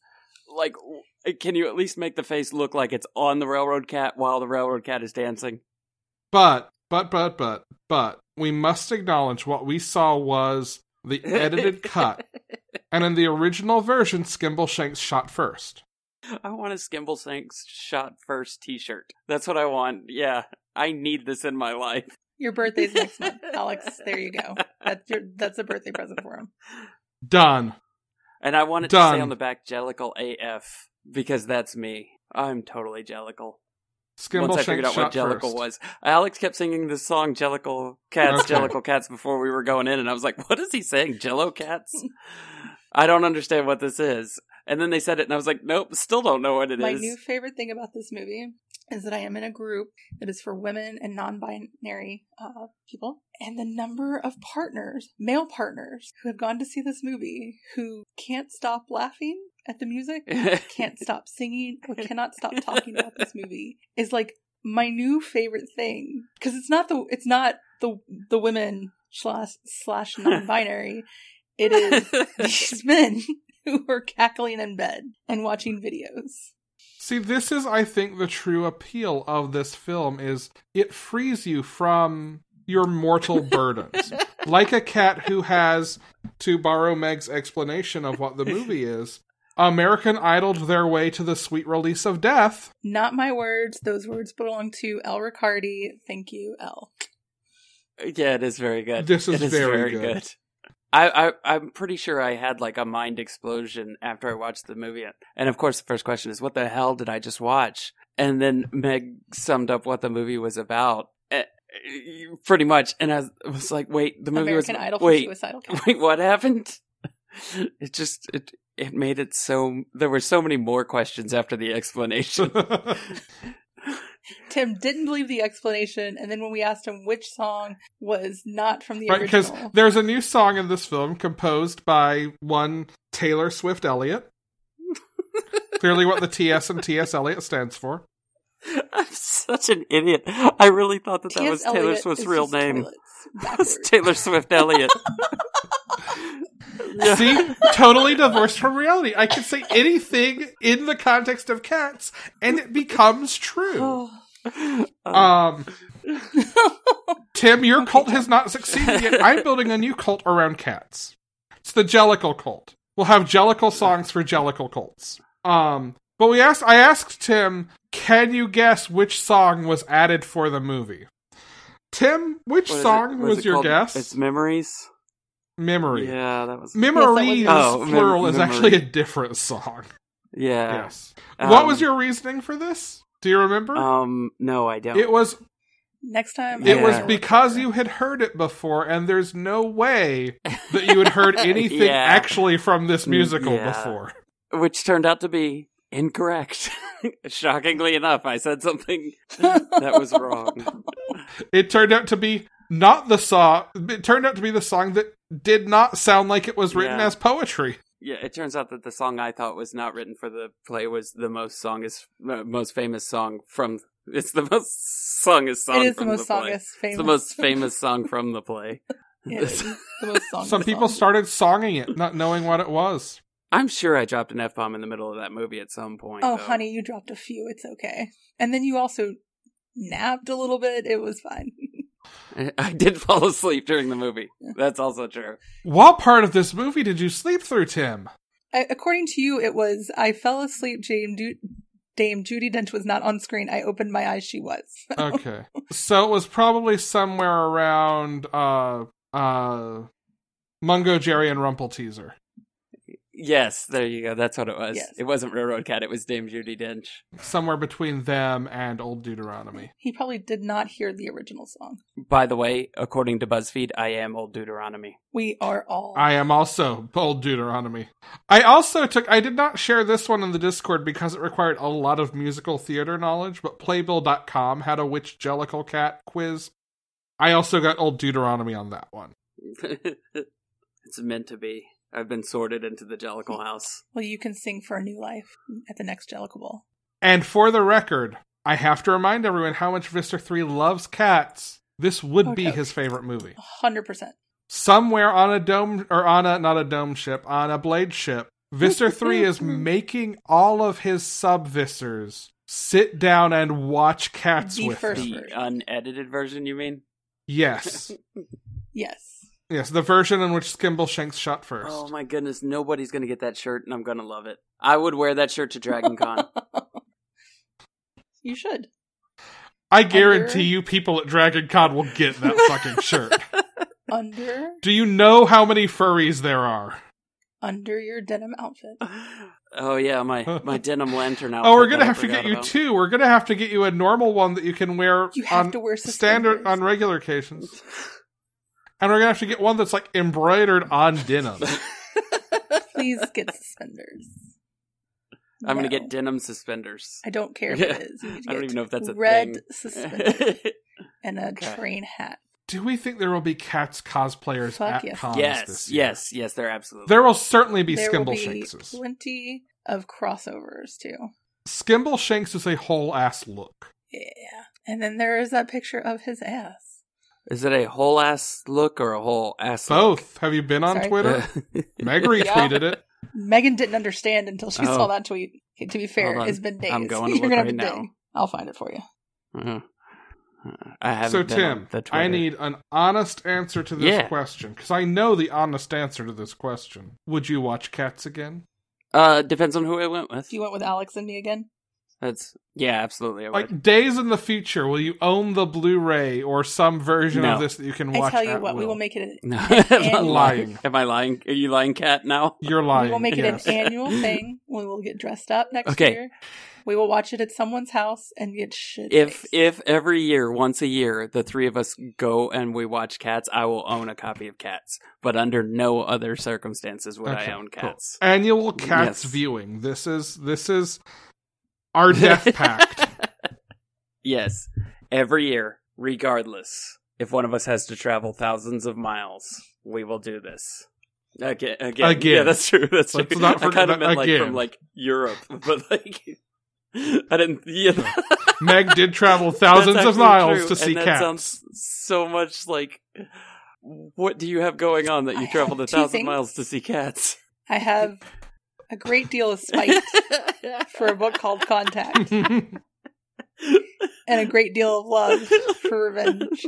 [SPEAKER 1] like w- can you at least make the face look like it's on the railroad cat while the railroad cat is dancing
[SPEAKER 2] but, but, but, but, but, we must acknowledge what we saw was the edited cut. And in the original version, Skimble Shanks shot first.
[SPEAKER 1] I want a Skimble Sinks shot first t shirt. That's what I want. Yeah. I need this in my life.
[SPEAKER 3] Your birthday's next month, Alex. There you go. That's your that's a birthday present for him.
[SPEAKER 2] Done.
[SPEAKER 1] And I want it to
[SPEAKER 2] Done.
[SPEAKER 1] say on the back Jellicle AF because that's me. I'm totally Jellicle. Once
[SPEAKER 2] Skimble
[SPEAKER 1] I figured
[SPEAKER 2] Shanks
[SPEAKER 1] out what
[SPEAKER 2] shot
[SPEAKER 1] Jellicle
[SPEAKER 2] first.
[SPEAKER 1] was, Alex kept singing this song Jellicle Cats,
[SPEAKER 2] Okay.
[SPEAKER 1] Jellicle Cats before we were going in, and I was like, what is he saying? Jello Cats? I don't understand what this is. And then they said it, and I was like, nope, still don't know what it is.
[SPEAKER 3] My new favorite thing about this movie is that I am in a group that is for women and non-binary uh, people, and the number of partners, male partners, who have gone to see this movie who can't stop laughing at the music, can't stop singing, or cannot stop talking about this movie is like my new favorite thing because it's not the it's not the the women slash slash non-binary. It is these men who were cackling in bed and watching videos.
[SPEAKER 2] See, this is, I think, the true appeal of this film is it frees you from your mortal burdens. like a cat who has, to borrow Meg's explanation of what the movie is, American idled their way to the sweet release of death.
[SPEAKER 3] Not my words. Those words belong to El Riccardi. Thank you, El.
[SPEAKER 1] Yeah, it is very good.
[SPEAKER 2] This is
[SPEAKER 1] It
[SPEAKER 2] very good.
[SPEAKER 1] I, I I'm pretty sure I had like a mind explosion after I watched the movie, and of course the first question is, "What the hell did I just watch?" And then Meg summed up what the movie was about, eh, eh, pretty much, and I was, I was like, "Wait, the movie
[SPEAKER 3] American
[SPEAKER 1] was
[SPEAKER 3] Idol for
[SPEAKER 1] wait,
[SPEAKER 3] Suicidal Cats.
[SPEAKER 1] wait, what happened?" It just it it made it so there were so many more questions after the explanation.
[SPEAKER 3] Tim didn't believe the explanation, and then when we asked him which song was not from the
[SPEAKER 2] right, because
[SPEAKER 3] original,
[SPEAKER 2] there's a new song in this film composed by one Taylor Swift Elliott. Clearly, what the TS and TS Elliott stands for.
[SPEAKER 1] I'm such an idiot. I really thought that that
[SPEAKER 3] T.S.
[SPEAKER 1] was Taylor
[SPEAKER 3] Eliot
[SPEAKER 1] Swift's
[SPEAKER 3] is
[SPEAKER 1] real
[SPEAKER 3] just
[SPEAKER 1] name.
[SPEAKER 3] toilets
[SPEAKER 1] That's
[SPEAKER 3] backwards.
[SPEAKER 1] Taylor Swift Elliot. Yeah.
[SPEAKER 2] See, totally divorced from reality. I can say anything in the context of cats, and it becomes true.
[SPEAKER 3] Oh.
[SPEAKER 1] Uh,
[SPEAKER 2] Um, Tim, your cult has not succeeded yet. I'm building a new cult around cats. It's the Jellicle cult. We'll have Jellicle songs for Jellicle cults. Um, but we asked, I asked Tim, can you guess which song was added for the movie? Tim,
[SPEAKER 1] what
[SPEAKER 2] which
[SPEAKER 1] is it-
[SPEAKER 2] song
[SPEAKER 1] what is
[SPEAKER 2] was,
[SPEAKER 1] it
[SPEAKER 2] your
[SPEAKER 1] called?
[SPEAKER 2] guess?
[SPEAKER 1] It's memories.
[SPEAKER 2] Memory.
[SPEAKER 1] Yeah, that was.
[SPEAKER 2] Memories
[SPEAKER 3] Yes,
[SPEAKER 1] that was- Oh,
[SPEAKER 2] plural
[SPEAKER 1] mem-
[SPEAKER 2] is
[SPEAKER 1] memory.
[SPEAKER 2] actually a different song.
[SPEAKER 1] yeah.
[SPEAKER 2] yes. what
[SPEAKER 1] Um,
[SPEAKER 2] was your reasoning for this? Do you remember?
[SPEAKER 1] Um. No, I don't.
[SPEAKER 2] it was
[SPEAKER 3] Next time,
[SPEAKER 2] It
[SPEAKER 1] Yeah.
[SPEAKER 2] was because you had heard it before, and there's no way that you had heard anything
[SPEAKER 1] Yeah. Mm,
[SPEAKER 2] actually from this musical
[SPEAKER 1] Yeah.
[SPEAKER 2] before.
[SPEAKER 1] Which turned out to be incorrect. Shockingly enough, I said something that was wrong.
[SPEAKER 2] It turned out to be not the song. It turned out to be the song that did not sound like it was written
[SPEAKER 1] Yeah.
[SPEAKER 2] as poetry.
[SPEAKER 1] Yeah, it turns out that the song I thought was not written for the play was the most song is uh, most famous song from. It's the most songest song.
[SPEAKER 3] It is the
[SPEAKER 1] from
[SPEAKER 3] most
[SPEAKER 1] the play.
[SPEAKER 3] songest,
[SPEAKER 1] It's
[SPEAKER 3] famous.
[SPEAKER 1] the most famous song from the play.
[SPEAKER 3] It is the most song.
[SPEAKER 2] Some people started songing it, not knowing what it was.
[SPEAKER 1] I'm sure I dropped an F bomb in the middle of that movie at some point.
[SPEAKER 3] Oh,
[SPEAKER 1] though.
[SPEAKER 3] honey, you dropped a few. It's okay. And then you also napped a little bit. It was fine.
[SPEAKER 1] I I did fall asleep during the movie. That's also true.
[SPEAKER 2] What part of this movie did you sleep through, Tim?
[SPEAKER 3] I, according to you, it was I fell asleep. Dame, du- Dame Judy Dench was not on screen. I opened my eyes. She was.
[SPEAKER 2] Okay, so it was probably somewhere around uh uh Mungo Jerry and Rumple Teaser.
[SPEAKER 1] Yes, there you go. That's what it was.
[SPEAKER 3] Yes.
[SPEAKER 1] It wasn't Railroad Cat. It was Dame Judy Dench.
[SPEAKER 2] somewhere between them and Old Deuteronomy.
[SPEAKER 3] He probably did not hear the original song.
[SPEAKER 1] By the way, according to BuzzFeed, I am old Deuteronomy.
[SPEAKER 3] We are all.
[SPEAKER 2] I am also Old Deuteronomy. I also took, I did not share this one in the Discord because it required a lot of musical theater knowledge, but Playbill.com had a Witch Jellicle Cat quiz. I also got Old Deuteronomy on that one.
[SPEAKER 1] it's meant to be. I've been sorted into the Jellicle House.
[SPEAKER 3] well, you can sing for a new life at the next Jellicle Ball.
[SPEAKER 2] And for the record, I have to remind everyone how much Vister 3 loves cats. This would be
[SPEAKER 3] Okay.
[SPEAKER 2] his favorite movie.
[SPEAKER 3] 100%.
[SPEAKER 2] somewhere on a dome or on a not a dome ship on a blade ship Visser 3 is making all of his sub Vissers sit down and watch cats
[SPEAKER 3] The
[SPEAKER 2] with
[SPEAKER 3] first
[SPEAKER 2] him.
[SPEAKER 1] The
[SPEAKER 3] version.
[SPEAKER 1] unedited version, you mean?
[SPEAKER 2] yes
[SPEAKER 3] Yes.
[SPEAKER 2] yes the version in which skimble shanks shot first
[SPEAKER 1] Oh my goodness, nobody's gonna get that shirt, and I'm gonna love it. I would wear that shirt to Dragon Con.
[SPEAKER 3] You should.
[SPEAKER 2] i guarantee
[SPEAKER 3] Under-
[SPEAKER 2] you people at dragon con will get that fucking shirt
[SPEAKER 3] Under
[SPEAKER 2] do you know how many furries there are
[SPEAKER 3] under your denim outfit.
[SPEAKER 1] oh yeah, my my denim lantern outfit.
[SPEAKER 2] oh we're gonna
[SPEAKER 1] that I
[SPEAKER 2] have to get
[SPEAKER 1] forgot
[SPEAKER 2] you
[SPEAKER 1] about.
[SPEAKER 2] two we're gonna have to get you a normal one that you can wear
[SPEAKER 3] You have
[SPEAKER 2] on
[SPEAKER 3] to wear suspenders.
[SPEAKER 2] standard on regular occasions and we're gonna have to get one that's like embroidered on denim
[SPEAKER 3] Please get suspenders.
[SPEAKER 1] I'm gonna
[SPEAKER 3] No.
[SPEAKER 1] get denim suspenders.
[SPEAKER 3] I don't care if
[SPEAKER 1] Yeah.
[SPEAKER 3] it is. You need to
[SPEAKER 1] I don't
[SPEAKER 3] get
[SPEAKER 1] even know if that's a
[SPEAKER 3] red
[SPEAKER 1] thing.
[SPEAKER 3] suspenders and a
[SPEAKER 1] Okay.
[SPEAKER 3] train hat.
[SPEAKER 2] Do we think there will be cats cosplayers
[SPEAKER 3] Fuck
[SPEAKER 2] at
[SPEAKER 3] yes.
[SPEAKER 2] cons
[SPEAKER 1] yes,
[SPEAKER 2] this year?
[SPEAKER 1] yes, yes. They're absolutely.
[SPEAKER 2] There will certainly be
[SPEAKER 3] there will
[SPEAKER 2] Skimble
[SPEAKER 3] be
[SPEAKER 2] Shankses.
[SPEAKER 3] plenty of crossovers too.
[SPEAKER 2] Skimble Shanks is a whole ass look.
[SPEAKER 3] Yeah, and then there is that picture of his ass.
[SPEAKER 1] Is it a whole ass look or a whole ass?
[SPEAKER 2] Both. Have you been on
[SPEAKER 3] Sorry.
[SPEAKER 1] Look?
[SPEAKER 2] Twitter? Meg retweeted it.
[SPEAKER 3] Megan didn't understand until she
[SPEAKER 1] Oh.
[SPEAKER 3] saw that tweet. To be fair,
[SPEAKER 1] Hold on.
[SPEAKER 3] it's been days.
[SPEAKER 1] I'm going to
[SPEAKER 3] You're
[SPEAKER 1] look
[SPEAKER 3] gonna
[SPEAKER 1] right
[SPEAKER 3] have to
[SPEAKER 1] now.
[SPEAKER 3] dig. I'll find it for you.
[SPEAKER 1] Uh-huh. I haven't.
[SPEAKER 2] So
[SPEAKER 1] been
[SPEAKER 2] Tim,
[SPEAKER 1] on the Twitter.
[SPEAKER 2] I need an honest answer to this
[SPEAKER 1] Yeah.
[SPEAKER 2] question because I know the honest answer to this question. Would you watch Cats again?
[SPEAKER 1] Uh, depends on who I went with.
[SPEAKER 3] If you went with Alex and me again,
[SPEAKER 1] That's yeah, absolutely. I would.
[SPEAKER 2] Like days in the future, will you own the Blu-ray or some version
[SPEAKER 1] No.
[SPEAKER 2] of this that you can
[SPEAKER 3] I
[SPEAKER 2] watch?
[SPEAKER 3] tell you
[SPEAKER 2] at
[SPEAKER 3] what, we
[SPEAKER 2] will.
[SPEAKER 3] will make it. An,
[SPEAKER 1] no, am I
[SPEAKER 3] and-
[SPEAKER 1] lying?
[SPEAKER 2] Lying.
[SPEAKER 1] Am I lying? Are you lying, cat? Now?
[SPEAKER 2] You're lying.
[SPEAKER 3] we will make it
[SPEAKER 2] yes.
[SPEAKER 3] an annual thing. We will get dressed up next
[SPEAKER 1] Okay.
[SPEAKER 3] year. We will watch it at someone's house and get shit.
[SPEAKER 1] If
[SPEAKER 3] faced.
[SPEAKER 1] if every year, once a year, the three of us go and we watch Cats, I will own a copy of Cats. But under no other circumstances would
[SPEAKER 2] Okay,
[SPEAKER 1] I own
[SPEAKER 2] cool.
[SPEAKER 1] Cats.
[SPEAKER 2] Annual Cats
[SPEAKER 1] Yes.
[SPEAKER 2] viewing. This is this is our death pact.
[SPEAKER 1] yes, every year, regardless. If one of us has to travel thousands of miles, we will do this. Again, again,
[SPEAKER 2] Again.
[SPEAKER 1] yeah, that's true. That's
[SPEAKER 2] Let's
[SPEAKER 1] true.
[SPEAKER 2] not
[SPEAKER 1] I
[SPEAKER 2] forget
[SPEAKER 1] kind of
[SPEAKER 2] that
[SPEAKER 1] meant like
[SPEAKER 2] again.
[SPEAKER 1] from like Europe, but like I didn't. Yeah,
[SPEAKER 2] Meg did travel thousands
[SPEAKER 1] That's
[SPEAKER 2] of
[SPEAKER 1] actually
[SPEAKER 2] miles
[SPEAKER 1] true,
[SPEAKER 2] to see
[SPEAKER 1] and that
[SPEAKER 2] cats.
[SPEAKER 1] Sounds so much like what do you have going on that
[SPEAKER 3] I
[SPEAKER 1] you traveled a
[SPEAKER 3] have two
[SPEAKER 1] thousand
[SPEAKER 3] things.
[SPEAKER 1] miles to see cats?
[SPEAKER 3] I have a great deal of spite for a book called Contact and a great deal of love for Revenge.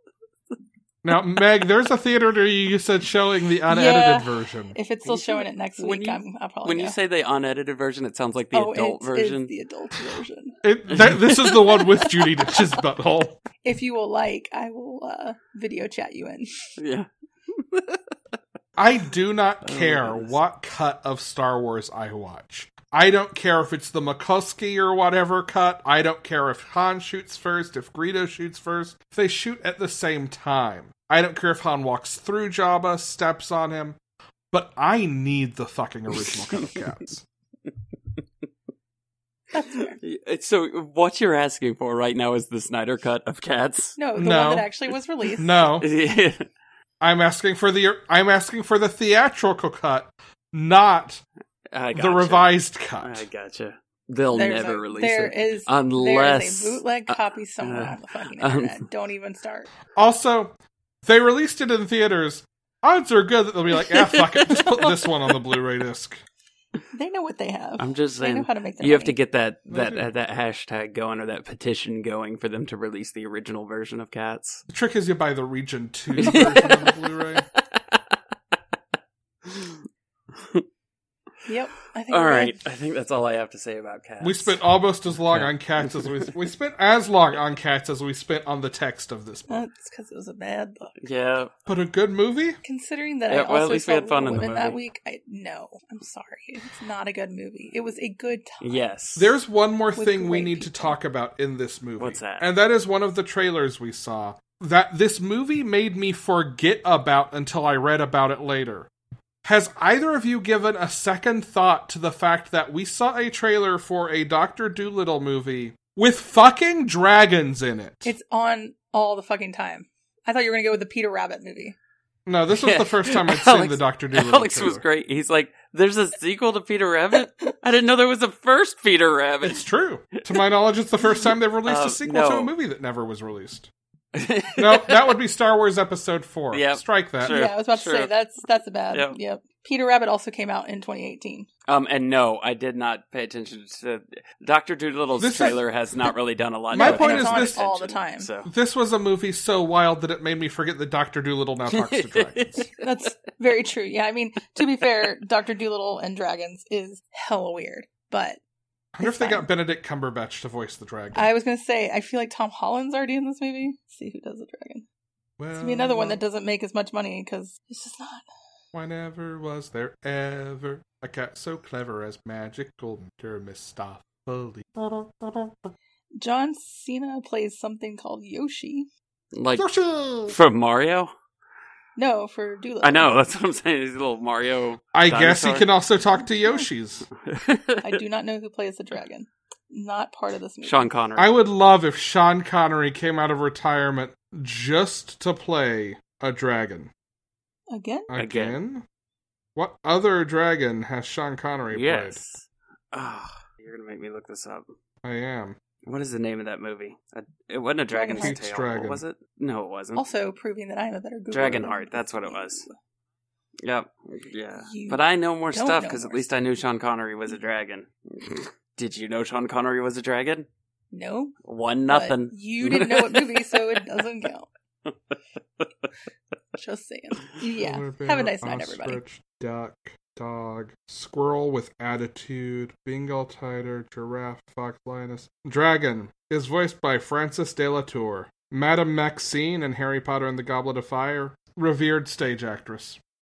[SPEAKER 2] now, Meg, there's a theater near you. You said showing the unedited
[SPEAKER 3] Yeah.
[SPEAKER 2] version.
[SPEAKER 3] If it's still
[SPEAKER 1] You should-
[SPEAKER 3] showing it next
[SPEAKER 1] when
[SPEAKER 3] week,
[SPEAKER 1] you-
[SPEAKER 3] I'm, I'll probably
[SPEAKER 1] when
[SPEAKER 3] go.
[SPEAKER 1] you say the unedited version, it sounds like the
[SPEAKER 3] oh,
[SPEAKER 1] adult
[SPEAKER 3] it
[SPEAKER 1] version.
[SPEAKER 3] is the adult version.
[SPEAKER 2] It, th- this is the one with Judy Dench's butthole.
[SPEAKER 3] If you will like, I will uh, video chat you in.
[SPEAKER 1] yeah.
[SPEAKER 2] I do not
[SPEAKER 1] Oh,
[SPEAKER 2] care
[SPEAKER 1] goodness.
[SPEAKER 2] what cut of Star Wars I watch. I don't care if it's the McCuskey or whatever cut. I don't care if Han shoots first, if Greedo shoots first. If they shoot at the same time, I don't care if Han walks through Jabba, steps on him. But I need the fucking original cut of cats.
[SPEAKER 3] That's fair.
[SPEAKER 1] So what you're asking for right now is the Snyder cut of cats.
[SPEAKER 3] No, the
[SPEAKER 2] No.
[SPEAKER 3] one that actually was released.
[SPEAKER 2] No,
[SPEAKER 1] yeah.
[SPEAKER 2] I'm asking for the I'm asking for the theatrical cut, not
[SPEAKER 1] I gotcha.
[SPEAKER 2] the revised
[SPEAKER 1] I
[SPEAKER 2] cut.
[SPEAKER 1] gotcha. They'll
[SPEAKER 3] There's
[SPEAKER 1] never
[SPEAKER 3] a-
[SPEAKER 1] release
[SPEAKER 3] there
[SPEAKER 1] it
[SPEAKER 3] is-
[SPEAKER 1] unless
[SPEAKER 3] There is a bootleg
[SPEAKER 1] uh,
[SPEAKER 3] copy somewhere
[SPEAKER 1] uh,
[SPEAKER 3] on the fucking
[SPEAKER 1] um,
[SPEAKER 3] internet. Don't even start.
[SPEAKER 2] Also, they released it in theaters. Odds are good that they'll be like, "Ah, fuck it, just put this one on the Blu-ray disc."
[SPEAKER 3] They know what they have.
[SPEAKER 1] I'm just
[SPEAKER 3] they know
[SPEAKER 1] saying.
[SPEAKER 3] how to make their
[SPEAKER 1] You have to
[SPEAKER 3] money.
[SPEAKER 1] get that
[SPEAKER 2] They
[SPEAKER 1] that
[SPEAKER 2] do.
[SPEAKER 1] uh, that hashtag going or that petition going for them to release the original version of Cats.
[SPEAKER 2] The trick is you buy the Region Two version of the Blu-ray.
[SPEAKER 3] Yep. I think
[SPEAKER 1] All
[SPEAKER 3] we're
[SPEAKER 1] right,
[SPEAKER 3] good.
[SPEAKER 1] I think that's all I have to say about Cats.
[SPEAKER 2] We spent almost as long on cats as we we spent as long on cats as we spent on the text of this book.
[SPEAKER 3] That's because it was a bad book.
[SPEAKER 1] yeah,
[SPEAKER 2] But a good movie.
[SPEAKER 3] Considering that
[SPEAKER 1] Yeah, well,
[SPEAKER 3] I also
[SPEAKER 1] at least we
[SPEAKER 3] saw
[SPEAKER 1] had fun
[SPEAKER 3] Little
[SPEAKER 1] in the
[SPEAKER 3] Women that
[SPEAKER 1] movie.
[SPEAKER 3] week, I no, I'm sorry, it's not a good movie. It was a good time.
[SPEAKER 1] yes.
[SPEAKER 2] There's one more
[SPEAKER 3] With
[SPEAKER 2] thing we
[SPEAKER 3] great
[SPEAKER 2] need to
[SPEAKER 3] people.
[SPEAKER 2] talk about in this movie.
[SPEAKER 1] What's that?
[SPEAKER 2] And that is one of the trailers we saw. That this movie made me forget about until I read about it later. Has either of you given a second thought to the fact that we saw a trailer for a Doctor Doolittle movie with fucking dragons in it?
[SPEAKER 3] It's on all the fucking time. I thought you were gonna go with the Peter Rabbit movie.
[SPEAKER 2] no, this was
[SPEAKER 1] Yeah.
[SPEAKER 2] the first time I'd seen
[SPEAKER 1] Alex-
[SPEAKER 2] the Doctor Doolittle.
[SPEAKER 1] Alex was
[SPEAKER 2] trailer.
[SPEAKER 1] great. He's like, "There's a sequel to Peter Rabbit. I didn't know there was a first Peter
[SPEAKER 2] It's
[SPEAKER 1] Rabbit."
[SPEAKER 2] true. To my knowledge, it's the first time they've released
[SPEAKER 1] Um,
[SPEAKER 2] a sequel to
[SPEAKER 1] no.
[SPEAKER 2] a movie that never was released. No, that would be Star Wars Episode 4.
[SPEAKER 1] Yep.
[SPEAKER 2] Strike that.
[SPEAKER 1] Sure.
[SPEAKER 3] yeah, I was about to
[SPEAKER 1] sure.
[SPEAKER 3] say that's that's a bad.
[SPEAKER 1] Yeah.
[SPEAKER 3] Yep. Peter Rabbit also came out in 2018.
[SPEAKER 1] um, and no, I did not pay attention to Doctor Doolittle's
[SPEAKER 2] This is-
[SPEAKER 1] trailer. has not really done a lot.
[SPEAKER 2] My
[SPEAKER 1] to
[SPEAKER 2] point
[SPEAKER 1] attract
[SPEAKER 2] is
[SPEAKER 1] my
[SPEAKER 2] this-
[SPEAKER 1] attention,
[SPEAKER 3] all the time.
[SPEAKER 1] So
[SPEAKER 2] This was a movie so wild that it made me forget that Doctor Doolittle now talks to dragons.
[SPEAKER 3] That's very true. Yeah, I mean, to be fair, Doctor Doolittle and Dragons is hella weird, but
[SPEAKER 2] I wonder if they
[SPEAKER 3] It's fine.
[SPEAKER 2] got Benedict Cumberbatch to voice the dragon.
[SPEAKER 3] I was gonna say I feel like Tom Holland's already in this movie. Let's see who does the dragon.
[SPEAKER 2] well,
[SPEAKER 3] It's gonna be another one that doesn't make as much money because it's just not.
[SPEAKER 2] Why never was there ever a cat so clever as magical Mr. Mistopheles?
[SPEAKER 3] John Cena plays something called Yoshi.
[SPEAKER 1] like
[SPEAKER 2] Yoshi!
[SPEAKER 1] from Mario.
[SPEAKER 3] No, for Doolittle.
[SPEAKER 1] I know that's what I'm saying. He's a little Mario.
[SPEAKER 2] I guess he
[SPEAKER 1] Dinosaur.
[SPEAKER 2] can also talk to Yoshis.
[SPEAKER 3] I do not know who plays the dragon. Not part of this movie.
[SPEAKER 1] Sean Connery.
[SPEAKER 2] I would love if Sean Connery came out of retirement just to play a dragon.
[SPEAKER 3] Again?
[SPEAKER 2] Again?
[SPEAKER 1] Again.
[SPEAKER 2] What other dragon has Sean Connery
[SPEAKER 1] yes. Ah, you're gonna make me look this up.
[SPEAKER 2] played? I am.
[SPEAKER 1] What is the name of that movie? Uh, It wasn't a dragon's
[SPEAKER 3] Dragonheart.
[SPEAKER 1] tail,
[SPEAKER 2] Dragon.
[SPEAKER 1] was it? No, it wasn't.
[SPEAKER 3] Also proving that I am a better Googler.
[SPEAKER 1] Dragonheart,
[SPEAKER 3] than-
[SPEAKER 1] that's what it was. Yep. Yeah.
[SPEAKER 3] You
[SPEAKER 1] but I know more
[SPEAKER 3] don't
[SPEAKER 1] stuff
[SPEAKER 3] know
[SPEAKER 1] because at
[SPEAKER 3] more
[SPEAKER 1] least I knew Sean Connery was a dragon. Did you know Sean Connery was a dragon?
[SPEAKER 3] No,
[SPEAKER 1] One
[SPEAKER 3] but
[SPEAKER 1] nothing.
[SPEAKER 3] you didn't know what movie, so it doesn't count. Just saying. Yeah.
[SPEAKER 2] Polar
[SPEAKER 3] Have
[SPEAKER 2] bear,
[SPEAKER 3] a nice night, everybody.
[SPEAKER 2] ostrich, Duck, dog, squirrel with attitude, Bengal tiger, giraffe, fox, lioness, dragon is voiced by Francis de la Tour, Madame Maxine in Harry Potter and the Goblet of Fire, revered stage actress.